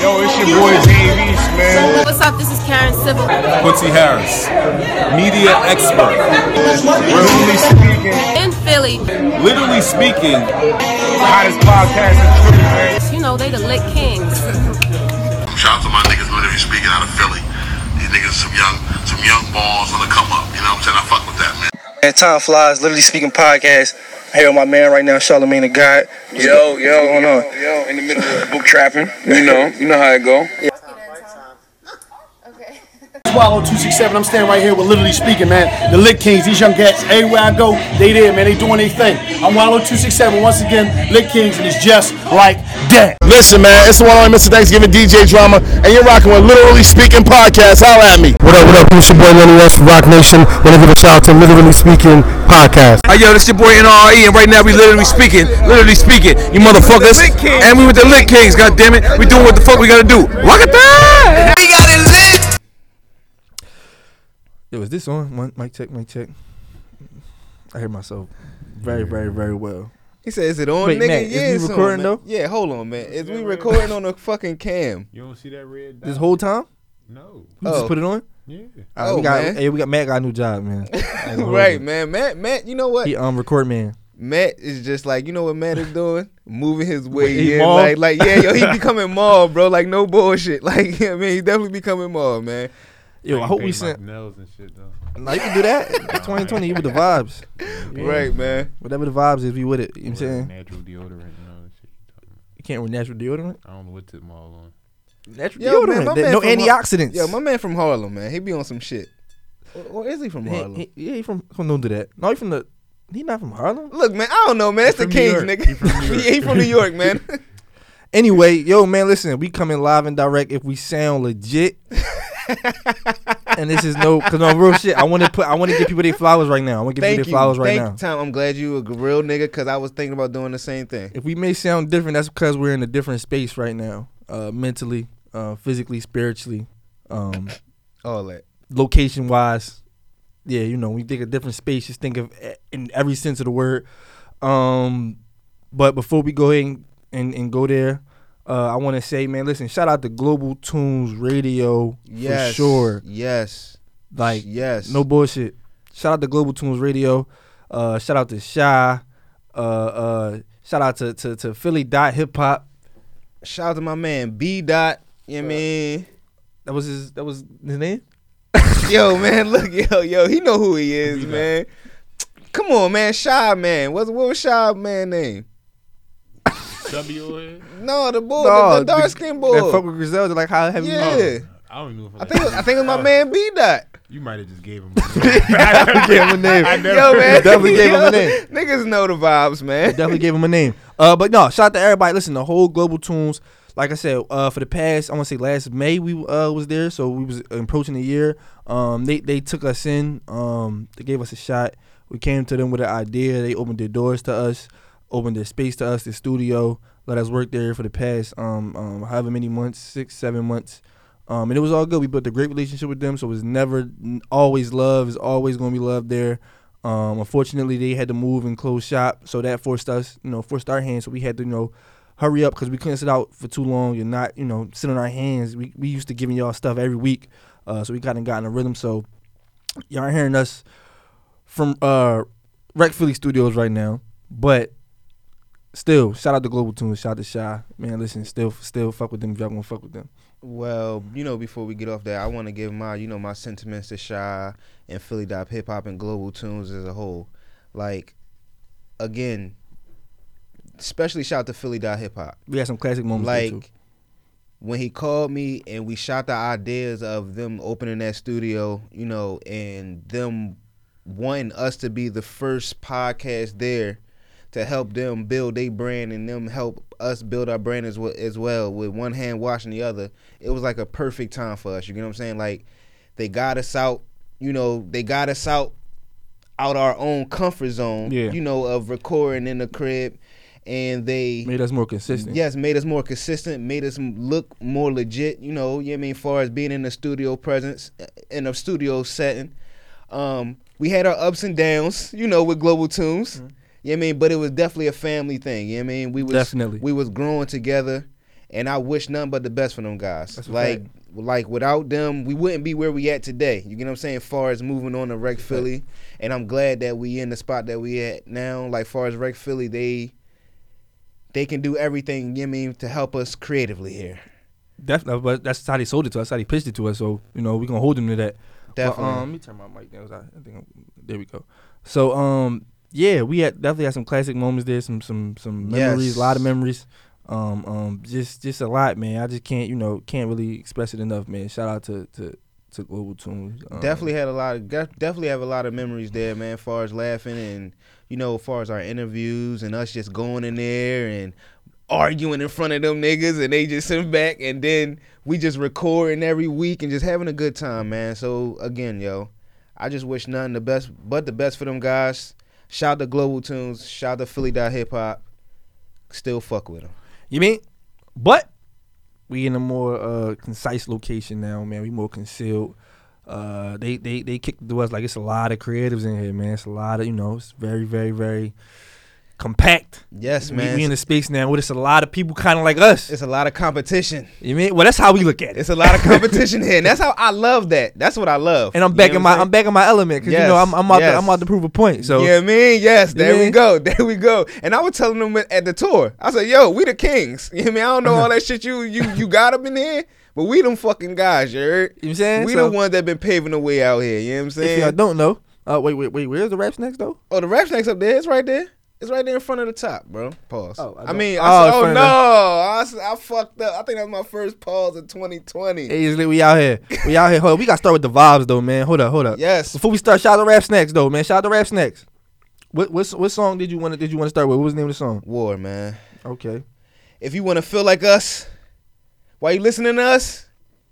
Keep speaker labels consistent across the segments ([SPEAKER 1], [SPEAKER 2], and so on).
[SPEAKER 1] Yo, it's your boy Dave East, man.
[SPEAKER 2] What's up? This is Karen Civil.
[SPEAKER 3] Quincy Harris, media expert.
[SPEAKER 1] Literally speaking,
[SPEAKER 2] In Philly,
[SPEAKER 3] Literally speaking,
[SPEAKER 1] hottest podcast in Philly, man.
[SPEAKER 2] you know, they the lit kings.
[SPEAKER 4] Shout out to my niggas literally speaking out of Philly. These niggas some young some young balls on the come up. You know what I'm saying? I fuck with that, man.
[SPEAKER 5] And Time Flies, literally speaking podcast. I'm here with my man right now, Charlemagne the God. What's
[SPEAKER 6] Yo, yo,
[SPEAKER 5] what's going
[SPEAKER 6] yo,
[SPEAKER 5] on?
[SPEAKER 6] yo, in the middle of book trapping. You know, you know how it go.
[SPEAKER 7] Swallow 267. I'm standing right here with Literally Speaking, man. The Lit Kings, these young cats, everywhere I go, they there, man. They doing their thing. I'm Wallow 267 once again, Lit Kings, and it's just like that.
[SPEAKER 8] Listen, man, it's the one on Mr. Thanksgiving DJ Drama, and you're rocking with Literally Speaking Podcast. Holla at me. What up, what up? It's your boy Lenny S from Rock Nation. Want to give a shout out to Literally Speaking Podcast.
[SPEAKER 3] Hey, yo, this your boy NRE, and right now we literally speaking, literally speaking, you motherfuckers. And we with the Lit Kings, God damn it, We doing what the fuck we gotta do. Rock it that! We got it lit!
[SPEAKER 9] Yo, is this on? Mic, mic check, mic check. I hear myself very, very, very well.
[SPEAKER 10] He said, "Is it on,
[SPEAKER 9] Wait,
[SPEAKER 10] Oh, nigga?
[SPEAKER 9] Matt, is
[SPEAKER 10] yeah,
[SPEAKER 9] we
[SPEAKER 10] it's on,
[SPEAKER 9] recording,
[SPEAKER 10] man.
[SPEAKER 9] though?
[SPEAKER 10] Yeah, hold on, man. Is we recording on a fucking cam?
[SPEAKER 11] You don't see that red dot?
[SPEAKER 9] This whole time?
[SPEAKER 11] no.
[SPEAKER 9] You just
[SPEAKER 10] Oh.
[SPEAKER 9] put it on?
[SPEAKER 11] Yeah.
[SPEAKER 9] All right,
[SPEAKER 10] Oh,
[SPEAKER 9] we got,
[SPEAKER 10] man.
[SPEAKER 9] Hey, we got Matt got a new job, man.
[SPEAKER 10] right, man. Matt, Matt, you know what?
[SPEAKER 9] He um record man.
[SPEAKER 10] Matt is just like, you know what Matt is doing? Moving his way
[SPEAKER 9] He
[SPEAKER 10] in.
[SPEAKER 9] Maul?
[SPEAKER 10] Like, like, yeah, yo, he becoming mall, bro. Like, no bullshit. Like, yeah, man, he definitely becoming mall, man.
[SPEAKER 9] Yo, I
[SPEAKER 11] ain't
[SPEAKER 9] hope
[SPEAKER 11] paid my
[SPEAKER 9] we sent.
[SPEAKER 11] nails and shit though.
[SPEAKER 9] Nah, you can do that. 2020, you with the vibes.
[SPEAKER 10] Right, man.
[SPEAKER 9] Whatever the vibes is, we with it. You know what I'm saying?
[SPEAKER 11] Natural deodorant and all that shit. you talking about.
[SPEAKER 9] You can't wear natural deodorant.
[SPEAKER 11] I don't know what to mall on.
[SPEAKER 9] Natural
[SPEAKER 10] Yo, man, my
[SPEAKER 9] deodorant. That-
[SPEAKER 10] man
[SPEAKER 9] no
[SPEAKER 10] from Har-
[SPEAKER 9] antioxidants.
[SPEAKER 10] Yo, my man from Harlem, man. He be on some shit. Or, or is he from Harlem?
[SPEAKER 9] He, he, yeah, he from. Come on, don't do that. No, he from the. He not from Harlem.
[SPEAKER 10] Look, man, I don't know, man. It's the
[SPEAKER 11] from New
[SPEAKER 10] Kings,
[SPEAKER 11] York.
[SPEAKER 10] nigga.
[SPEAKER 11] He from New York.
[SPEAKER 10] yeah, he from New York, man.
[SPEAKER 9] Anyway, yo, man, listen, we coming live and direct if we sound legit. and this is no, cause no real shit. I want to put, I want to give people their flowers right now. I want to give
[SPEAKER 10] Thank
[SPEAKER 9] people
[SPEAKER 10] you.
[SPEAKER 9] their flowers right
[SPEAKER 10] Thank
[SPEAKER 9] now.
[SPEAKER 10] you, Tom. I'm glad you a g- real nigga because I was thinking about doing the same thing.
[SPEAKER 9] If we may sound different, that's because we're in a different space right now, uh, mentally, uh, physically, spiritually, um,
[SPEAKER 10] All that.
[SPEAKER 9] location wise. Yeah, you know, when you think of different space, just think of e- in every sense of the word. Um, but before we go ahead and, and, and go there, uh, I want to say, man, listen, shout out to Global Tunes Radio
[SPEAKER 10] Yes.
[SPEAKER 9] for sure.
[SPEAKER 10] Yes.
[SPEAKER 9] Like,
[SPEAKER 10] yes.
[SPEAKER 9] no bullshit. Shout out to Global Tunes Radio. Uh, shout out to Shy. Uh, uh, shout out to, to, to Philly Dot Hip Hop.
[SPEAKER 10] Shout out to my man B Dot. You know what I mean?
[SPEAKER 9] That was his. That was his name.
[SPEAKER 10] yo, man, look, yo, yo, he know who he is, man. Come on, man, Shy Man. What's what was Shy Man name?
[SPEAKER 11] Chubby over here?
[SPEAKER 10] No, the boy,
[SPEAKER 9] No,
[SPEAKER 10] the, the dark skinned
[SPEAKER 9] That fuck
[SPEAKER 10] boy.
[SPEAKER 9] with Griselda. Like how have you?
[SPEAKER 10] Yeah,
[SPEAKER 11] Oh, I don't even know Oh. if
[SPEAKER 10] I think it was, I think it was my man B Dot.
[SPEAKER 11] You might have just gave him. a-
[SPEAKER 9] Gave him a name.
[SPEAKER 11] I never
[SPEAKER 10] Yo, man,
[SPEAKER 9] Definitely gave him a
[SPEAKER 10] Yo,
[SPEAKER 9] name.
[SPEAKER 10] Niggas know the vibes, man.
[SPEAKER 9] definitely gave him a name. Uh, but no, shout out to everybody. Listen, the whole Global Tunes. Like I said, uh, for the past, I want to say last May we uh was there, so we was approaching the year. Um, they they took us in. Um, they gave us a shot. We came to them with an idea. They opened their doors to us, opened their space to us, their studio. Let us work there for the past um, um however many months, six seven months. Um, and it was all good. We built a great relationship with them, so it was never always love. It's always gonna be love there. Um, unfortunately, they had to move and close shop, so that forced us, you know, forced our hands. So we had to, you know, hurry up because we couldn't sit out for too long and not, you know, sit on our hands. We we used to giving y'all stuff every week, uh, so we kind of got in a rhythm. So y'all hearing us from uh, Rec Philly Studios right now, but still, shout out to Global Tunes, shout out to Shy, man. Listen, still, still fuck with them. If y'all gonna fuck with them.
[SPEAKER 10] Well, you know, before we get off that, I want to give my, you know, my sentiments to Shy and Philly Dop Hip Hop and Global Tunes as a whole. Like, again, especially shout out to Philly Dot Hip Hop.
[SPEAKER 9] We had some classic moments. there, too.
[SPEAKER 10] Like, when he called me and we shot the ideas of them opening that studio, you know, and them wanting us to be the first podcast there to help them build their brand and them help us build our brand as well, as well with one hand washing the other. It was like a perfect time for us. You get what I'm saying? Like they got us out, you know, they got us out out our own comfort zone,
[SPEAKER 9] Yeah.
[SPEAKER 10] you know, of recording in the crib and they
[SPEAKER 9] made us more consistent.
[SPEAKER 10] Yes, made us more consistent, made us m- look more legit, you know, you know what I mean, far as being in the studio presence, uh, in a studio setting. Um, we had our ups and downs, you know, with Global Tunes. You know what I mean? But it was definitely a family thing, you know what I mean? We was
[SPEAKER 9] Definitely.
[SPEAKER 10] we was growing together and I wish nothing but the best for them guys.
[SPEAKER 9] That's a
[SPEAKER 10] like like without them, we wouldn't be where we at today. You get what I'm saying? Far as moving on to Rec Philly, and I'm glad that we in the spot that we at now. Like far as Rec Philly, they they can do everything. You know what I mean to help us creatively here.
[SPEAKER 9] Definitely, uh, but that's how they sold it to us. How they pitched it to us. So you know we gonna hold them to that. But,
[SPEAKER 10] Definitely.
[SPEAKER 9] um, let me turn my mic down. 'cause I, I think I'm- there we go. So um, yeah, we had definitely had some classic moments there. Some some some memories.
[SPEAKER 10] Yes.
[SPEAKER 9] A lot of memories. Um um, just just a lot, man. I just can't you know can't really express it enough, man. Shout out to to to Global Tunes. Um,
[SPEAKER 10] definitely had a lot of def- definitely have a lot of memories there, man. As far as laughing and you know, as far as our interviews and us just going in there and arguing in front of them niggas and they just sitting back and then we just recording every week and just having a good time, man. So again, yo, I just wish nothing the best but the best for them guys. Shout out to Global Tunes, shout out to Philly Dot Hip Hop. Still fuck with them.
[SPEAKER 9] You mean? But we in a more uh, concise location now, man. We more concealed. Uh, they they they kicked to us like it's a lot of creatives in here, man. It's a lot of you know, it's very very very compact.
[SPEAKER 10] Yes,
[SPEAKER 9] We-
[SPEAKER 10] man.
[SPEAKER 9] We, in the space now where it's a lot of people, kind of like us.
[SPEAKER 10] It's a lot of competition.
[SPEAKER 9] You mean? Well, that's how we look at it.
[SPEAKER 10] It's a lot of competition here, and that's how I love that. That's what I love.
[SPEAKER 9] And I'm
[SPEAKER 10] You
[SPEAKER 9] back
[SPEAKER 10] know
[SPEAKER 9] in
[SPEAKER 10] what
[SPEAKER 9] my I'm back in my element because you know
[SPEAKER 10] Yes,
[SPEAKER 9] I'm I'm out to,
[SPEAKER 10] yes.
[SPEAKER 9] I'm out to prove a point. So
[SPEAKER 10] you know what I mean? Yes,
[SPEAKER 9] You
[SPEAKER 10] there we
[SPEAKER 9] mean?
[SPEAKER 10] go. There we go. And I was telling them at- at the tour, I said, yo, we the kings. You know what I mean? I don't
[SPEAKER 9] Uh-huh.
[SPEAKER 10] know all that shit you you you got up in there, but we them fucking guys, you heard?
[SPEAKER 9] You know what I'm saying?
[SPEAKER 10] We
[SPEAKER 9] So-
[SPEAKER 10] the ones that been paving the way out here, you know what I'm
[SPEAKER 9] if
[SPEAKER 10] saying?
[SPEAKER 9] y'all don't know, uh, wait wait wait, where's the raps next though?
[SPEAKER 10] oh, the rap snake's up there. It's right there. It's right there in front of the top, bro. Pause.
[SPEAKER 9] Oh, I
[SPEAKER 10] I,
[SPEAKER 9] don't-
[SPEAKER 10] mean,
[SPEAKER 9] Oh,
[SPEAKER 10] I
[SPEAKER 9] in
[SPEAKER 10] said,
[SPEAKER 9] front
[SPEAKER 10] oh
[SPEAKER 9] of
[SPEAKER 10] no,
[SPEAKER 9] the-
[SPEAKER 10] I, s- I fucked up. I think that was my first pause in 2020.
[SPEAKER 9] Hey, it's lit. we out here. We out here. Hold, we gotta start with the vibes though, man. Hold up, hold up.
[SPEAKER 10] Yes.
[SPEAKER 9] Before we start, shout out to Rap Snacks though, man. Shout out to Rap Snacks. What what what song did you want to did you want to start with? What was the name of the song?
[SPEAKER 10] War, man.
[SPEAKER 9] Okay.
[SPEAKER 10] If you want to feel like us, while you listening to us,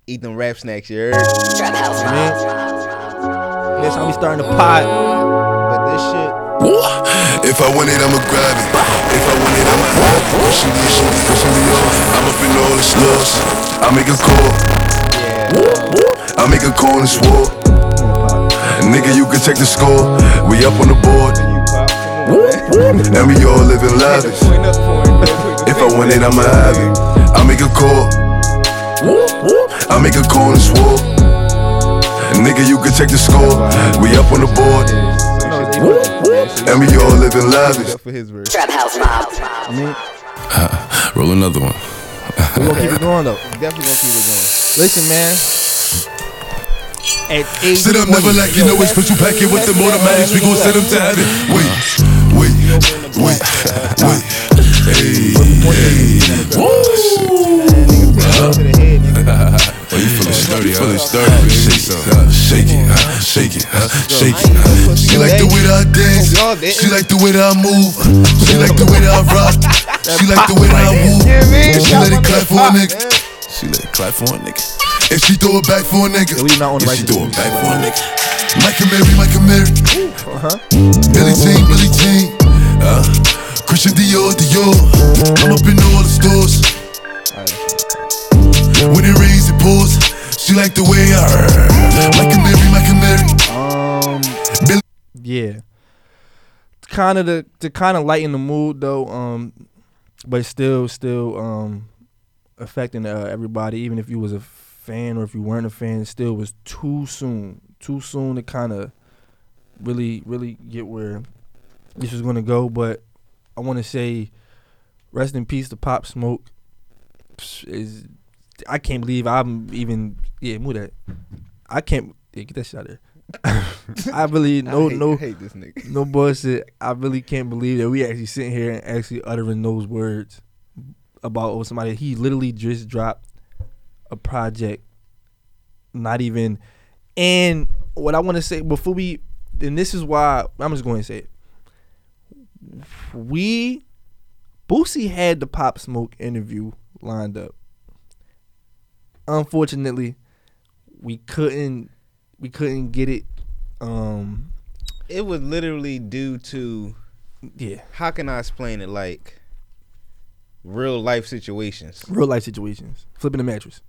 [SPEAKER 10] eat them rap snacks, you heard?
[SPEAKER 9] That's how we starting the pod.
[SPEAKER 10] But this shit.
[SPEAKER 12] If I want it, I'ma grab it. If I want it, I'ma grab it. She be, she be, she be on. I'm up in all the slugs. I make a call. I make a call and it's war. Nigga, you can check the score. We up on the board. And we all living lavish. If I want it, I'ma have it. I make a call. I make a call and it's war. Nigga, you can check the score. We up on the board. And we all living lavish.
[SPEAKER 10] Trap house mob.
[SPEAKER 9] I mean,
[SPEAKER 13] Uh, Roll another one.
[SPEAKER 9] we gonna keep it going though.
[SPEAKER 10] Definitely gonna keep it going.
[SPEAKER 9] Listen, man. At eight
[SPEAKER 12] Sit up, never like you know it's put you packing with the automatics. We gon' set them to have it. Wait, wait, wait, wait. Hey, hey.
[SPEAKER 13] Oh, you feeling sturdy, huh? feeling sturdy. Huh? Shake it, huh? shake it, huh? shake it, huh? shake it. huh?
[SPEAKER 12] She like the way that I dance. She like the way that I move. She like the way that I rock. She like the way that I move. And she let it clap for a nigga.
[SPEAKER 13] She let it clap for a nigga.
[SPEAKER 12] And she throw it back for a nigga.
[SPEAKER 13] Yeah, she do it back for a nigga.
[SPEAKER 12] Mike and Mary, Mike and Mary.
[SPEAKER 9] Uh-huh.
[SPEAKER 12] Billy Jean, Billy Jean. Uh, Christian Dior, Dior. I'm up in all the stores. When it rains, it pours. She like the way I. Mike and Mary, Mike and Mary.
[SPEAKER 9] Um,
[SPEAKER 12] Billy.
[SPEAKER 9] Yeah. Kind of the to kind of lighten the mood though, um, but still still um affecting uh, everybody. Even if you was a fan or if you weren't a fan, it still was too soon. Too soon to kind of really really get where this was gonna go. But I want to say, rest in peace to Pop Smoke. Psh, Is I can't believe I'm even yeah move that. I can't yeah, get that shot there. I really no
[SPEAKER 10] hate-
[SPEAKER 9] no
[SPEAKER 10] I hate this nigga.
[SPEAKER 9] no bullshit. I really can't believe that we actually sitting here and actually uttering those words about oh, somebody. He literally just dropped a project, not even. And what I want to say before we, and this is why I'm just going to say it. We, Boosie had the Pop Smoke interview lined up. Unfortunately, we couldn't we couldn't get it. Um,
[SPEAKER 10] It was literally due to
[SPEAKER 9] Yeah.
[SPEAKER 10] How can I explain it like real life situations?
[SPEAKER 9] real life situations. Flipping the mattress.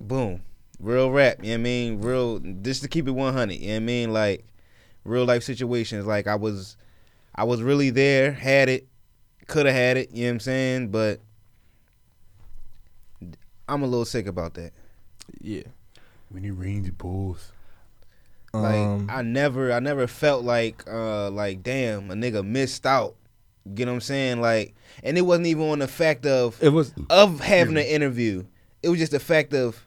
[SPEAKER 10] Boom. Real rap, you know what I mean? Real just to keep it 100, you know what I mean? Like real life situations like I was I was really there, had it, could have had it, you know what I'm saying? But I'm a little sick about that.
[SPEAKER 9] Yeah.
[SPEAKER 11] When it rains, it pours.
[SPEAKER 10] Like
[SPEAKER 11] Um,
[SPEAKER 10] I never, I never felt like, uh, like damn, a nigga missed out. You know what I'm saying? Like, and it wasn't even on the fact of
[SPEAKER 9] it was
[SPEAKER 10] of having an interview. It was just the fact of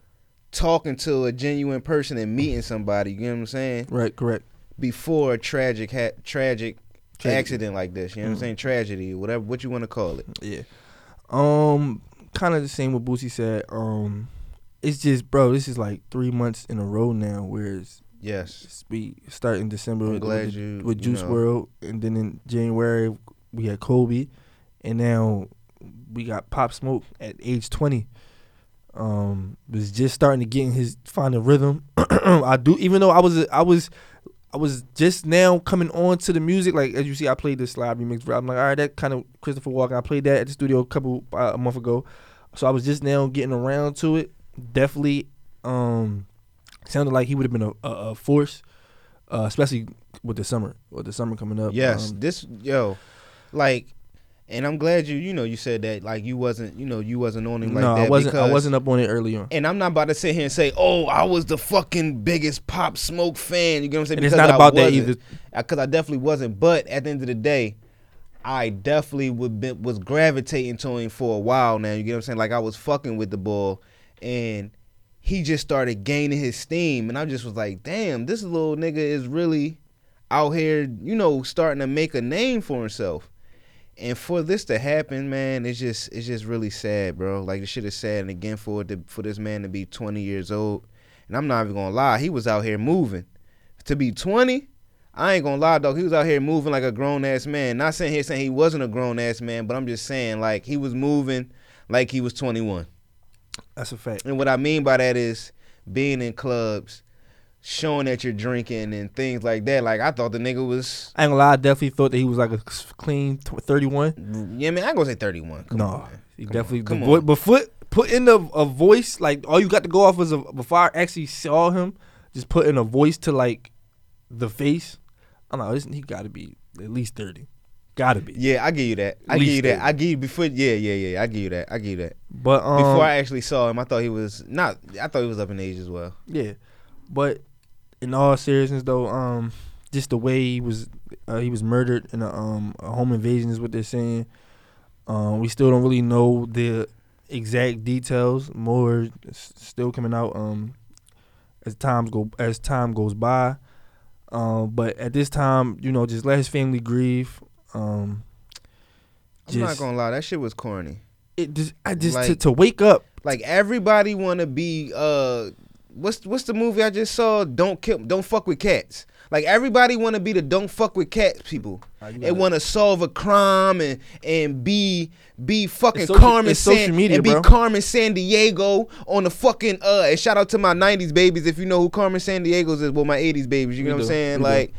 [SPEAKER 10] talking to a genuine person and meeting somebody. You know what I'm saying?
[SPEAKER 9] Right, correct.
[SPEAKER 10] Before a tragic, ha- tragic,
[SPEAKER 9] Tragedy. Mm.
[SPEAKER 10] accident like this. You know what I'm
[SPEAKER 9] Mhm.
[SPEAKER 10] saying? Tragedy, whatever, what you want to call it.
[SPEAKER 9] Yeah. Um, kind of the same what Boosie said. Um, it's just, bro, this is like three months in a row now. Where it's
[SPEAKER 10] Yes.
[SPEAKER 9] it's- we start in December with,
[SPEAKER 10] glad
[SPEAKER 9] with,
[SPEAKER 10] you-
[SPEAKER 9] with
[SPEAKER 10] you
[SPEAKER 9] Juice
[SPEAKER 10] know.
[SPEAKER 9] World, and then in January we had Kobe, and now we got Pop Smoke at age twenty. Um, was just starting to get in his find a rhythm. I do, even though I was I was I was just now coming on to the music. Like as you see, I played this live remix. I'm like, all right, that kind of Christopher Walken. I played that at the studio a couple uh, a month ago, so I was just now getting around to it. Definitely, um, sounded like he would have been a, a, a force, uh, especially with the summer with the summer coming up.
[SPEAKER 10] Yes,
[SPEAKER 9] Um,
[SPEAKER 10] this yo, like, and I'm glad you you know you said that like you wasn't you know you wasn't on him like
[SPEAKER 9] no,
[SPEAKER 10] that.
[SPEAKER 9] I wasn't. I
[SPEAKER 10] because-
[SPEAKER 9] wasn't up on it early on.
[SPEAKER 10] And I'm not about to sit here and say, "Oh, I was the fucking biggest Pop Smoke fan." You know what I'm saying?
[SPEAKER 9] And it's not about that either.
[SPEAKER 10] Because Uh, I definitely wasn't. But at the end of the day, I definitely would be, was gravitating to him for a while now. You get what I'm saying? Like I was fucking with the ball, and he just started gaining his steam, and I just was like, "Damn, this little nigga is really out here, you know, starting to make a name for himself." And for this to happen, man, it's just it's just really sad, bro. Like the shit is sad. And again, for it to, for this man to be 20 years old, and I'm not even gonna lie, he was out here moving. To be 20, I ain't gonna lie, dog. He was out here moving like a grown ass man. Not sitting here saying he wasn't a grown ass man, but I'm just saying like he was moving like he was 21.
[SPEAKER 9] That's a fact.
[SPEAKER 10] And what I mean by that is being in clubs, showing that you're drinking and things like that. Like I thought the nigga was
[SPEAKER 9] I ain't gonna lie. I definitely thought that he was like a clean t- thirty-one.
[SPEAKER 10] Yeah, man, I ain't gonna say 31. Come
[SPEAKER 9] no,
[SPEAKER 10] on, man.
[SPEAKER 9] he
[SPEAKER 10] Come
[SPEAKER 9] definitely.
[SPEAKER 10] on. Come
[SPEAKER 9] the
[SPEAKER 10] on.
[SPEAKER 9] voi- But foot put in a, a voice like all you got to go off was a, before I actually saw him, just put in a voice to like the face. I'm like, "Oh, this, he got to be at least thirty. Got to be.
[SPEAKER 10] Yeah, I give you that. I
[SPEAKER 9] Least
[SPEAKER 10] give you that.
[SPEAKER 9] eight.
[SPEAKER 10] I give you before. Yeah, yeah, yeah. I give you that. I give you that.
[SPEAKER 9] But, um,
[SPEAKER 10] before I actually saw him, I thought he was not. I thought he was up in age as well.
[SPEAKER 9] Yeah, but in all seriousness, though, um, just the way he was, uh, he was murdered in a um a home invasion is what they're saying. Um, we still don't really know the exact details. More is still coming out. Um, as times go as time goes by. Um, but at this time, you know, just let his family grieve. Um,
[SPEAKER 10] I'm not gonna lie, that shit was corny.
[SPEAKER 9] It just, I just to, to wake up.
[SPEAKER 10] Like everybody wanna be. uh What's what's the movie I just saw? Don't kill. Don't fuck with cats. Like everybody wanna be the don't fuck with cats people. They wanna solve a crime and and be be fucking
[SPEAKER 9] It's social-
[SPEAKER 10] Carmen
[SPEAKER 9] it's social
[SPEAKER 10] San,
[SPEAKER 9] media,
[SPEAKER 10] and be
[SPEAKER 9] bro.
[SPEAKER 10] Carmen San Diego on the fucking uh. And shout out to my '90s babies if you know who Carmen San Diego's is. Well, my '80s babies. You know
[SPEAKER 9] We
[SPEAKER 10] what I'm
[SPEAKER 9] do,
[SPEAKER 10] saying?
[SPEAKER 9] we do.
[SPEAKER 10] Like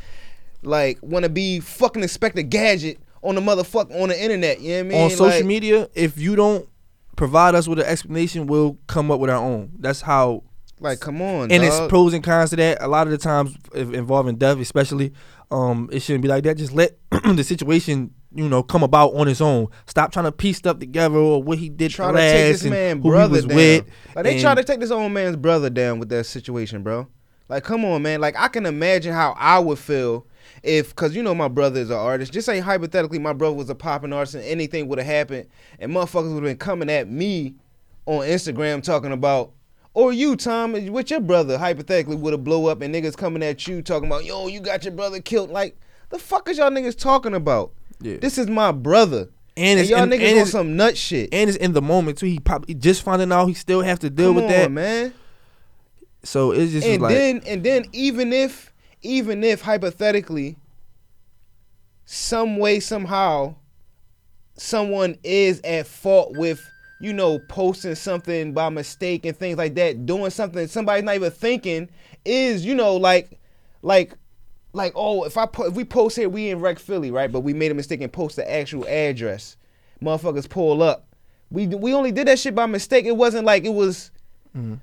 [SPEAKER 10] like want to be fucking Inspector Gadget on the motherfucker on the internet. You know what I mean?
[SPEAKER 9] on social
[SPEAKER 10] Like,
[SPEAKER 9] media, if you don't provide us with an explanation, we'll come up with our own. That's how.
[SPEAKER 10] Like, come on,
[SPEAKER 9] And it's
[SPEAKER 10] dog.
[SPEAKER 9] pros and cons to that. A lot of the times, if involving death, especially, um, it shouldn't be like that. Just let the situation, you know, come about on its own. Stop trying to piece stuff together or what he did
[SPEAKER 10] Trying to
[SPEAKER 9] last
[SPEAKER 10] take this
[SPEAKER 9] and
[SPEAKER 10] man
[SPEAKER 9] who he
[SPEAKER 10] brother
[SPEAKER 9] was
[SPEAKER 10] down.
[SPEAKER 9] with.
[SPEAKER 10] Like they
[SPEAKER 9] and-
[SPEAKER 10] try to take this old man's brother down with that situation, bro. Like, come on, man. Like, I can imagine how I would feel if, cause you know my brother is an artist. Just say hypothetically, my brother was a popping artist, and anything would have happened, and motherfuckers would have been coming at me on Instagram talking about. Or you, Tom, with your brother, hypothetically, would have blow up and niggas coming at you talking about, yo, you got your brother killed. Like, the fuck is y'all niggas talking about?
[SPEAKER 9] Yeah.
[SPEAKER 10] This is my brother.
[SPEAKER 9] And, it's
[SPEAKER 10] y'all
[SPEAKER 9] and-
[SPEAKER 10] niggas
[SPEAKER 9] and
[SPEAKER 10] on
[SPEAKER 9] it's-
[SPEAKER 10] some nut shit.
[SPEAKER 9] And it's in the moment too. He probably just finding out he still have to deal
[SPEAKER 10] Come
[SPEAKER 9] with
[SPEAKER 10] on,
[SPEAKER 9] that,
[SPEAKER 10] man.
[SPEAKER 9] So it's just
[SPEAKER 10] and
[SPEAKER 9] like
[SPEAKER 10] then and then even if even if hypothetically some way somehow someone is at fault with you know posting something by mistake and things like that doing something somebody's not even thinking is you know like like like oh if i po- if we post here we in rec philly right but we made a mistake and post the actual address motherfuckers pull up we we only did that shit by mistake it wasn't like it was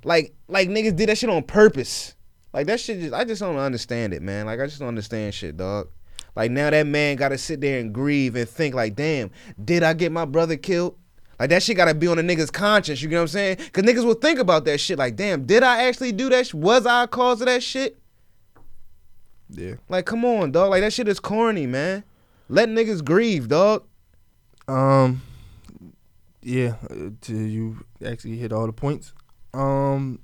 [SPEAKER 10] like like niggas did that shit on purpose. Like that shit just I just don't understand it, man. Like I just don't understand shit, dog. Like now that man gotta sit there and grieve and think like, damn, did I get my brother killed? Like that shit gotta be on a nigga's conscience. You know what I'm saying? Cause niggas will think about that shit. Like, damn, did I actually do that? sh- Was I a cause of that shit?
[SPEAKER 9] Yeah.
[SPEAKER 10] Like, come on, dog. Like that shit is corny, man. Let niggas grieve, dog.
[SPEAKER 9] Um, yeah, uh, to you actually hit all the points. Um,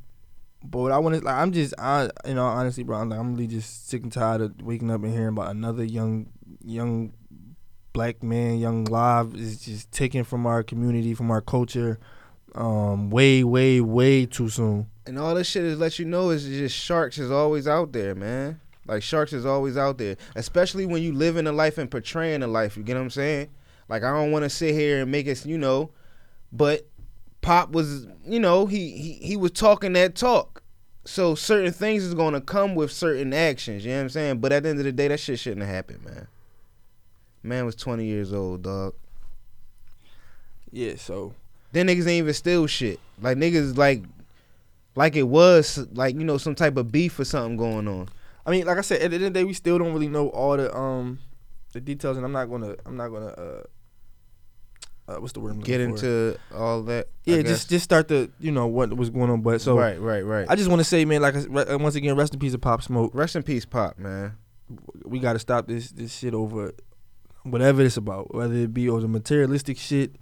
[SPEAKER 9] but what I want to like, I'm just, I, you know, honestly, bro, I'm, like, I'm really just sick and tired of waking up and hearing about another young, young black man, young live is just taken from our community, from our culture, um, way, way, way too soon.
[SPEAKER 10] And all this shit is let you know is just sharks is always out there, man. Like sharks is always out there, especially when you live in a life and portraying a life. You get what I'm saying? Like I don't want to sit here and make it, you know, but Pop was, you know, he he he was talking that talk. So certain things is gonna come with certain actions. You know what I'm saying? But at the end of the day, that shit shouldn't have happened, man. Man was 20 years old, dog.
[SPEAKER 9] Yeah, so
[SPEAKER 10] then niggas ain't even steal shit. Like niggas like like it was like you know some type of beef or something going on.
[SPEAKER 9] I mean, like I said, at the end of the day, we still don't really know all the um the details, and I'm not gonna, I'm not gonna, uh, uh what's the word? I'm
[SPEAKER 10] Get
[SPEAKER 9] looking for?
[SPEAKER 10] into all that. I
[SPEAKER 9] Yeah,
[SPEAKER 10] guess.
[SPEAKER 9] just just start the you know what was going on, but so
[SPEAKER 10] Right, right, right.
[SPEAKER 9] I just want to say, man, like I s- re- uh, once again, rest in peace of Pop Smoke.
[SPEAKER 10] Rest in peace, Pop, man.
[SPEAKER 9] We got to stop this this shit over whatever it's about, whether it be over the materialistic shit,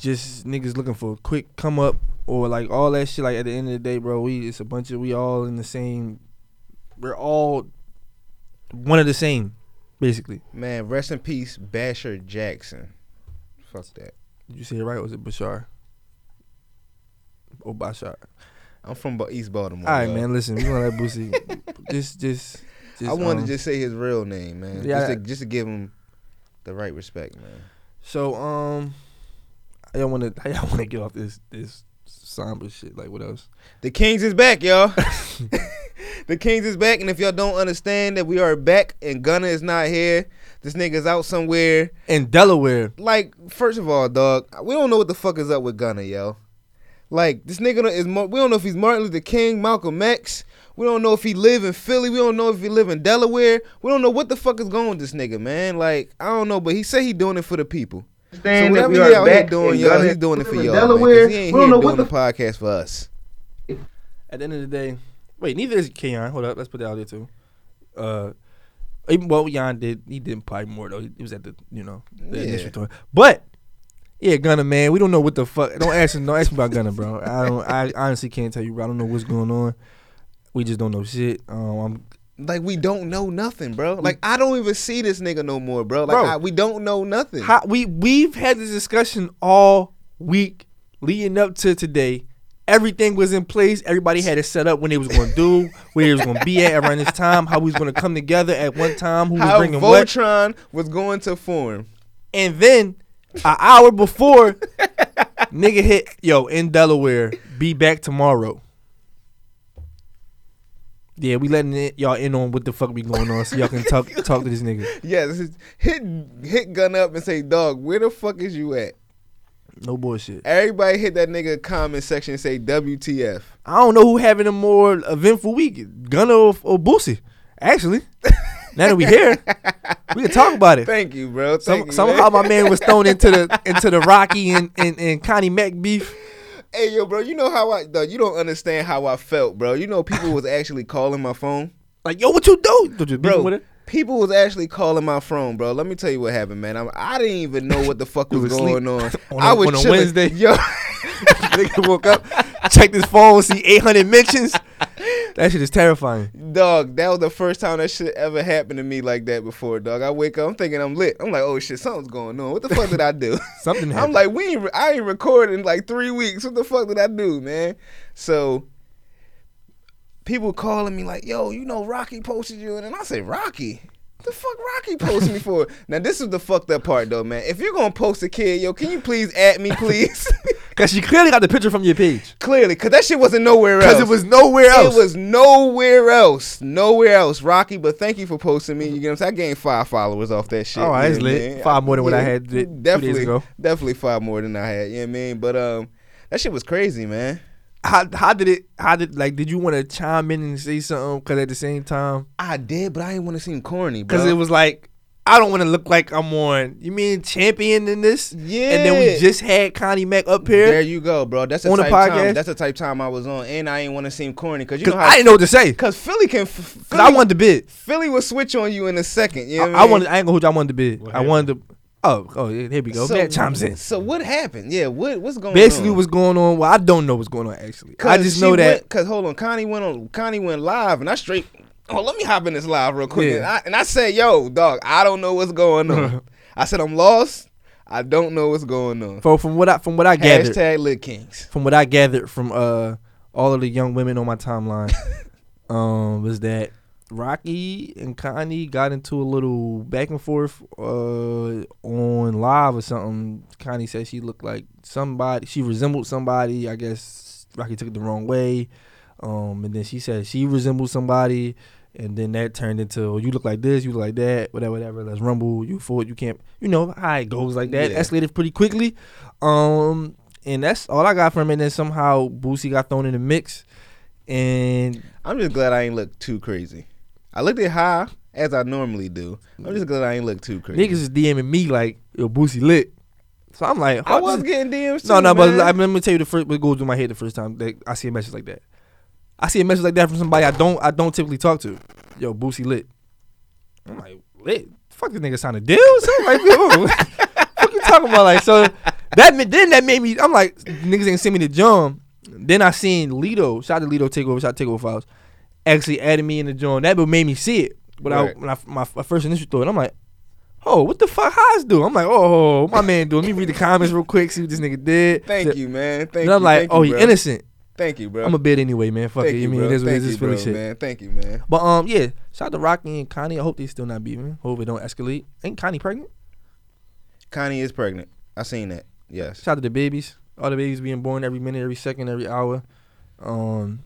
[SPEAKER 9] just niggas looking for a quick come up or like all that shit. Like at the end of the day, bro, we it's a bunch of we all in the same. We're all one of the same, basically.
[SPEAKER 10] man, rest in peace, Basher Jackson. Fuck that.
[SPEAKER 9] Did you say it right? Or was it Bashar? Or Bashar?
[SPEAKER 10] I'm from Ba- East Baltimore.
[SPEAKER 9] All right,
[SPEAKER 10] dog.
[SPEAKER 9] man. Listen, we gonna let Boosie. just, just, just.
[SPEAKER 10] I wanted
[SPEAKER 9] um,
[SPEAKER 10] to just say his real name, man.
[SPEAKER 9] Yeah.
[SPEAKER 10] Just to, just to give him the right respect, man.
[SPEAKER 9] So um, I don't want to. I don't want to get off this this somber shit. Like what else?
[SPEAKER 10] The Kings is back, y'all. the Kings is back, and if y'all don't understand that we are back and Gunna is not here, this nigga's out somewhere.
[SPEAKER 9] In Delaware.
[SPEAKER 10] Like, first of all, dog, we don't know what the fuck is up with Gunna, yo. Like, this nigga is, Mar- we don't know if he's Martin Luther King, Malcolm X. We don't know if he live in Philly. We don't know if he live in Delaware. We don't know what the fuck is going with this nigga, man. Like, I don't know, but he said he doing it for the people. So
[SPEAKER 5] Understand that
[SPEAKER 10] whatever
[SPEAKER 5] we
[SPEAKER 10] he
[SPEAKER 5] are
[SPEAKER 10] out here
[SPEAKER 5] back
[SPEAKER 10] doing,
[SPEAKER 5] and
[SPEAKER 10] y'all,
[SPEAKER 5] Gunna
[SPEAKER 10] he's doing it
[SPEAKER 5] is
[SPEAKER 10] for
[SPEAKER 5] in
[SPEAKER 10] y'all.
[SPEAKER 5] Delaware.
[SPEAKER 10] Delaware. He ain't
[SPEAKER 5] We don't
[SPEAKER 10] here
[SPEAKER 5] know what
[SPEAKER 10] doing the podcast for us.
[SPEAKER 9] At the end of the day, wait. Neither is Keon. Hold up. Let's put that out there too. Uh. Even, well, Jan did. He did probably more though. He was at the you know the
[SPEAKER 10] Yeah.
[SPEAKER 9] initial tour. But yeah, Gunna man, we don't know what the fuck. Don't ask him. Don't ask me about Gunna, bro. I don't. I honestly can't tell you, bro. I don't know what's going on. We just don't know shit. Um, I'm
[SPEAKER 10] Like we don't know nothing, bro. Like I don't even see this nigga no more, bro. Like
[SPEAKER 9] Mm. Bro.
[SPEAKER 10] I, we don't know nothing.
[SPEAKER 9] How, we we've had this discussion all week leading up to today. Everything was in place. Everybody had it set up when they was going to do, where they was going to be at around this time, how we was going to come together at one time, who was
[SPEAKER 10] How
[SPEAKER 9] bringing what.
[SPEAKER 10] Voltron was going to form.
[SPEAKER 9] And then an hour before, nigga hit yo in Delaware. Be back tomorrow. Yeah, we letting it, y'all in on what the fuck be going on, so y'all can talk talk to this nigga.
[SPEAKER 10] Yeah, this is, hit hit gun up and say, dog, where the fuck is you at?
[SPEAKER 9] No bullshit.
[SPEAKER 10] Everybody hit that nigga comment section and say WTF.
[SPEAKER 9] I don't know who having a more eventful week, Gunna or, or Boosie. Actually, now that we here, we can talk about it.
[SPEAKER 10] Thank you, bro. Thank you,
[SPEAKER 9] somehow
[SPEAKER 10] man.
[SPEAKER 9] my man was thrown into the into the Rocky and, and, and Connie Mack beef.
[SPEAKER 10] Hey yo, bro, you know how I dog, you don't understand how I felt, bro. You know people was actually calling my phone.
[SPEAKER 9] Like, yo, what you do? Did you
[SPEAKER 10] bro,
[SPEAKER 9] beefing with it?
[SPEAKER 10] People was actually calling my phone, bro. Let me tell you what happened, man. I'm, I didn't even know what the fuck was,
[SPEAKER 9] was
[SPEAKER 10] going on.
[SPEAKER 9] asleep. On
[SPEAKER 10] I
[SPEAKER 9] a-
[SPEAKER 10] was
[SPEAKER 9] on a
[SPEAKER 10] chilling.
[SPEAKER 9] Wednesday.
[SPEAKER 10] Yo,
[SPEAKER 9] Nigga woke up, checked his phone, see 800 mentions. That shit is terrifying.
[SPEAKER 10] Dog, that was the first time that shit ever happened to me like that before, dog. I wake up, I'm thinking I'm lit. I'm like, oh shit, something's going on. What the fuck did I do?
[SPEAKER 9] Something
[SPEAKER 10] I'm
[SPEAKER 9] happened.
[SPEAKER 10] like, we ain't, re- I ain't recording in like three weeks. What the fuck did I do, man? So people calling me like, yo, you know, Rocky posted you, and I say, Rocky. The fuck Rocky posted me for? Now this is the fucked up part though, man. If you're gonna post a kid, yo, can you please add me, please?
[SPEAKER 9] Cause she clearly got the picture from your page.
[SPEAKER 10] Clearly, cause that shit wasn't nowhere else.
[SPEAKER 9] Cause it was nowhere else.
[SPEAKER 10] It was nowhere else. Nowhere else, Rocky. But thank you for posting me. You get what I'm saying? I gained five followers off that shit.
[SPEAKER 9] Oh, that's
[SPEAKER 10] you know what I
[SPEAKER 9] lit.
[SPEAKER 10] mean?
[SPEAKER 9] Five more than what I had th- two days
[SPEAKER 10] definitely,
[SPEAKER 9] ago.
[SPEAKER 10] Definitely five more than I had. You know what I mean? But um, that shit was crazy, man.
[SPEAKER 9] How how did it? How did like? Did you want to chime in and say something? Cause at the same time,
[SPEAKER 10] I did, but I didn't want to seem corny, bro.
[SPEAKER 9] Cause it was like I don't want to look like I'm on. You mean champion in this? Yeah. And then we just had Connie Mack up here.
[SPEAKER 10] There you go, bro. That's the
[SPEAKER 9] on the
[SPEAKER 10] type time-
[SPEAKER 9] podcast.
[SPEAKER 10] That's the type time I was on, and I ain't want to seem corny because you know
[SPEAKER 9] 'Cause
[SPEAKER 10] how
[SPEAKER 9] I didn't know what to say.
[SPEAKER 10] Because Philly can, because
[SPEAKER 9] Cause I wanted to bid.
[SPEAKER 10] Philly will switch on you in a second. You know what
[SPEAKER 9] I, I
[SPEAKER 10] mean?
[SPEAKER 9] wanted. I ain't gonna hold you. I wanted to bid. I wanted to. Oh, oh, yeah, here we go.
[SPEAKER 10] So-
[SPEAKER 9] Matt chimes in.
[SPEAKER 10] So what happened? Yeah, what what's going
[SPEAKER 9] Basically,
[SPEAKER 10] on?
[SPEAKER 9] what's going on? Well, I don't know what's going on actually. I just know that.
[SPEAKER 10] because hold on, Connie went on. Connie went live, and I straight. Oh, let me hop in this live real quick.
[SPEAKER 9] Yeah.
[SPEAKER 10] And, I, and I said, "Yo, dog, I don't know what's going on." I said, "I'm lost. I don't know what's going on."
[SPEAKER 9] From, from what I from what I gathered.
[SPEAKER 10] Hashtag Lit Kings.
[SPEAKER 9] From what I gathered from uh all of the young women on my timeline, um, was that Rocky and Connie got into a little back and forth uh on live or something. Connie said she looked like somebody. She resembled somebody. I guess Rocky took it the wrong way. Um, and then she said she resembled somebody. And then that turned into oh, you look like this, you look like that, whatever, whatever. Let's rumble. You forward, you can't, you know how it goes like that.
[SPEAKER 10] Yeah.
[SPEAKER 9] Escalated pretty quickly, um, and that's all I got from it. And then somehow Boosie got thrown in the mix, and
[SPEAKER 10] I'm just glad I ain't look too crazy. I looked at high as I normally do. I'm just glad I ain't look too crazy.
[SPEAKER 9] niggas is DMing me like yo Boosie lit. So I'm like,
[SPEAKER 10] I
[SPEAKER 9] how
[SPEAKER 10] was
[SPEAKER 9] this-
[SPEAKER 10] getting DMs
[SPEAKER 9] No,
[SPEAKER 10] too,
[SPEAKER 9] no, but
[SPEAKER 10] man.
[SPEAKER 9] I, let me tell you the first what goes through my head the first time that I see a message like that. I see a message like that from somebody I don't I don't typically talk to. Yo, Boosie lit. I'm like, lit. Fuck this nigga signed a deal. or something? like, yo, what you talking about? Like, so that ma- then that made me. I'm like, niggas ain't send me the jump. Then I seen Lito. Shout out to Lito Takeover. Shout out to Takeover Files. Actually added me in the joint. That what made me see it. But I,
[SPEAKER 10] Right.
[SPEAKER 9] when I, my, my first initial thought, I'm like, oh, what the fuck Haas do? I'm like, oh, my man do. Let me read the comments real quick. See what this nigga did.
[SPEAKER 10] Thank
[SPEAKER 9] So-
[SPEAKER 10] you, man. Thank
[SPEAKER 9] Then
[SPEAKER 10] you.
[SPEAKER 9] I'm like,
[SPEAKER 10] thank
[SPEAKER 9] oh,
[SPEAKER 10] you,
[SPEAKER 9] he
[SPEAKER 10] bro.
[SPEAKER 9] innocent.
[SPEAKER 10] Thank you, bro.
[SPEAKER 9] I'm a bid anyway, man. Fuck
[SPEAKER 10] Thank
[SPEAKER 9] it.
[SPEAKER 10] you,
[SPEAKER 9] You mean
[SPEAKER 10] bro.
[SPEAKER 9] it is what it
[SPEAKER 10] Thank
[SPEAKER 9] is.
[SPEAKER 10] you,
[SPEAKER 9] It's Philly
[SPEAKER 10] bro,
[SPEAKER 9] shit.
[SPEAKER 10] man. Thank you, man.
[SPEAKER 9] But um, yeah. Shout out to Rocky and Connie. I hope they still not beefing. Hope it don't escalate. Ain't Connie pregnant?
[SPEAKER 10] Connie is pregnant. I seen that. Yes.
[SPEAKER 9] Shout out to the babies. All the babies being born every minute, every second, every hour. Um,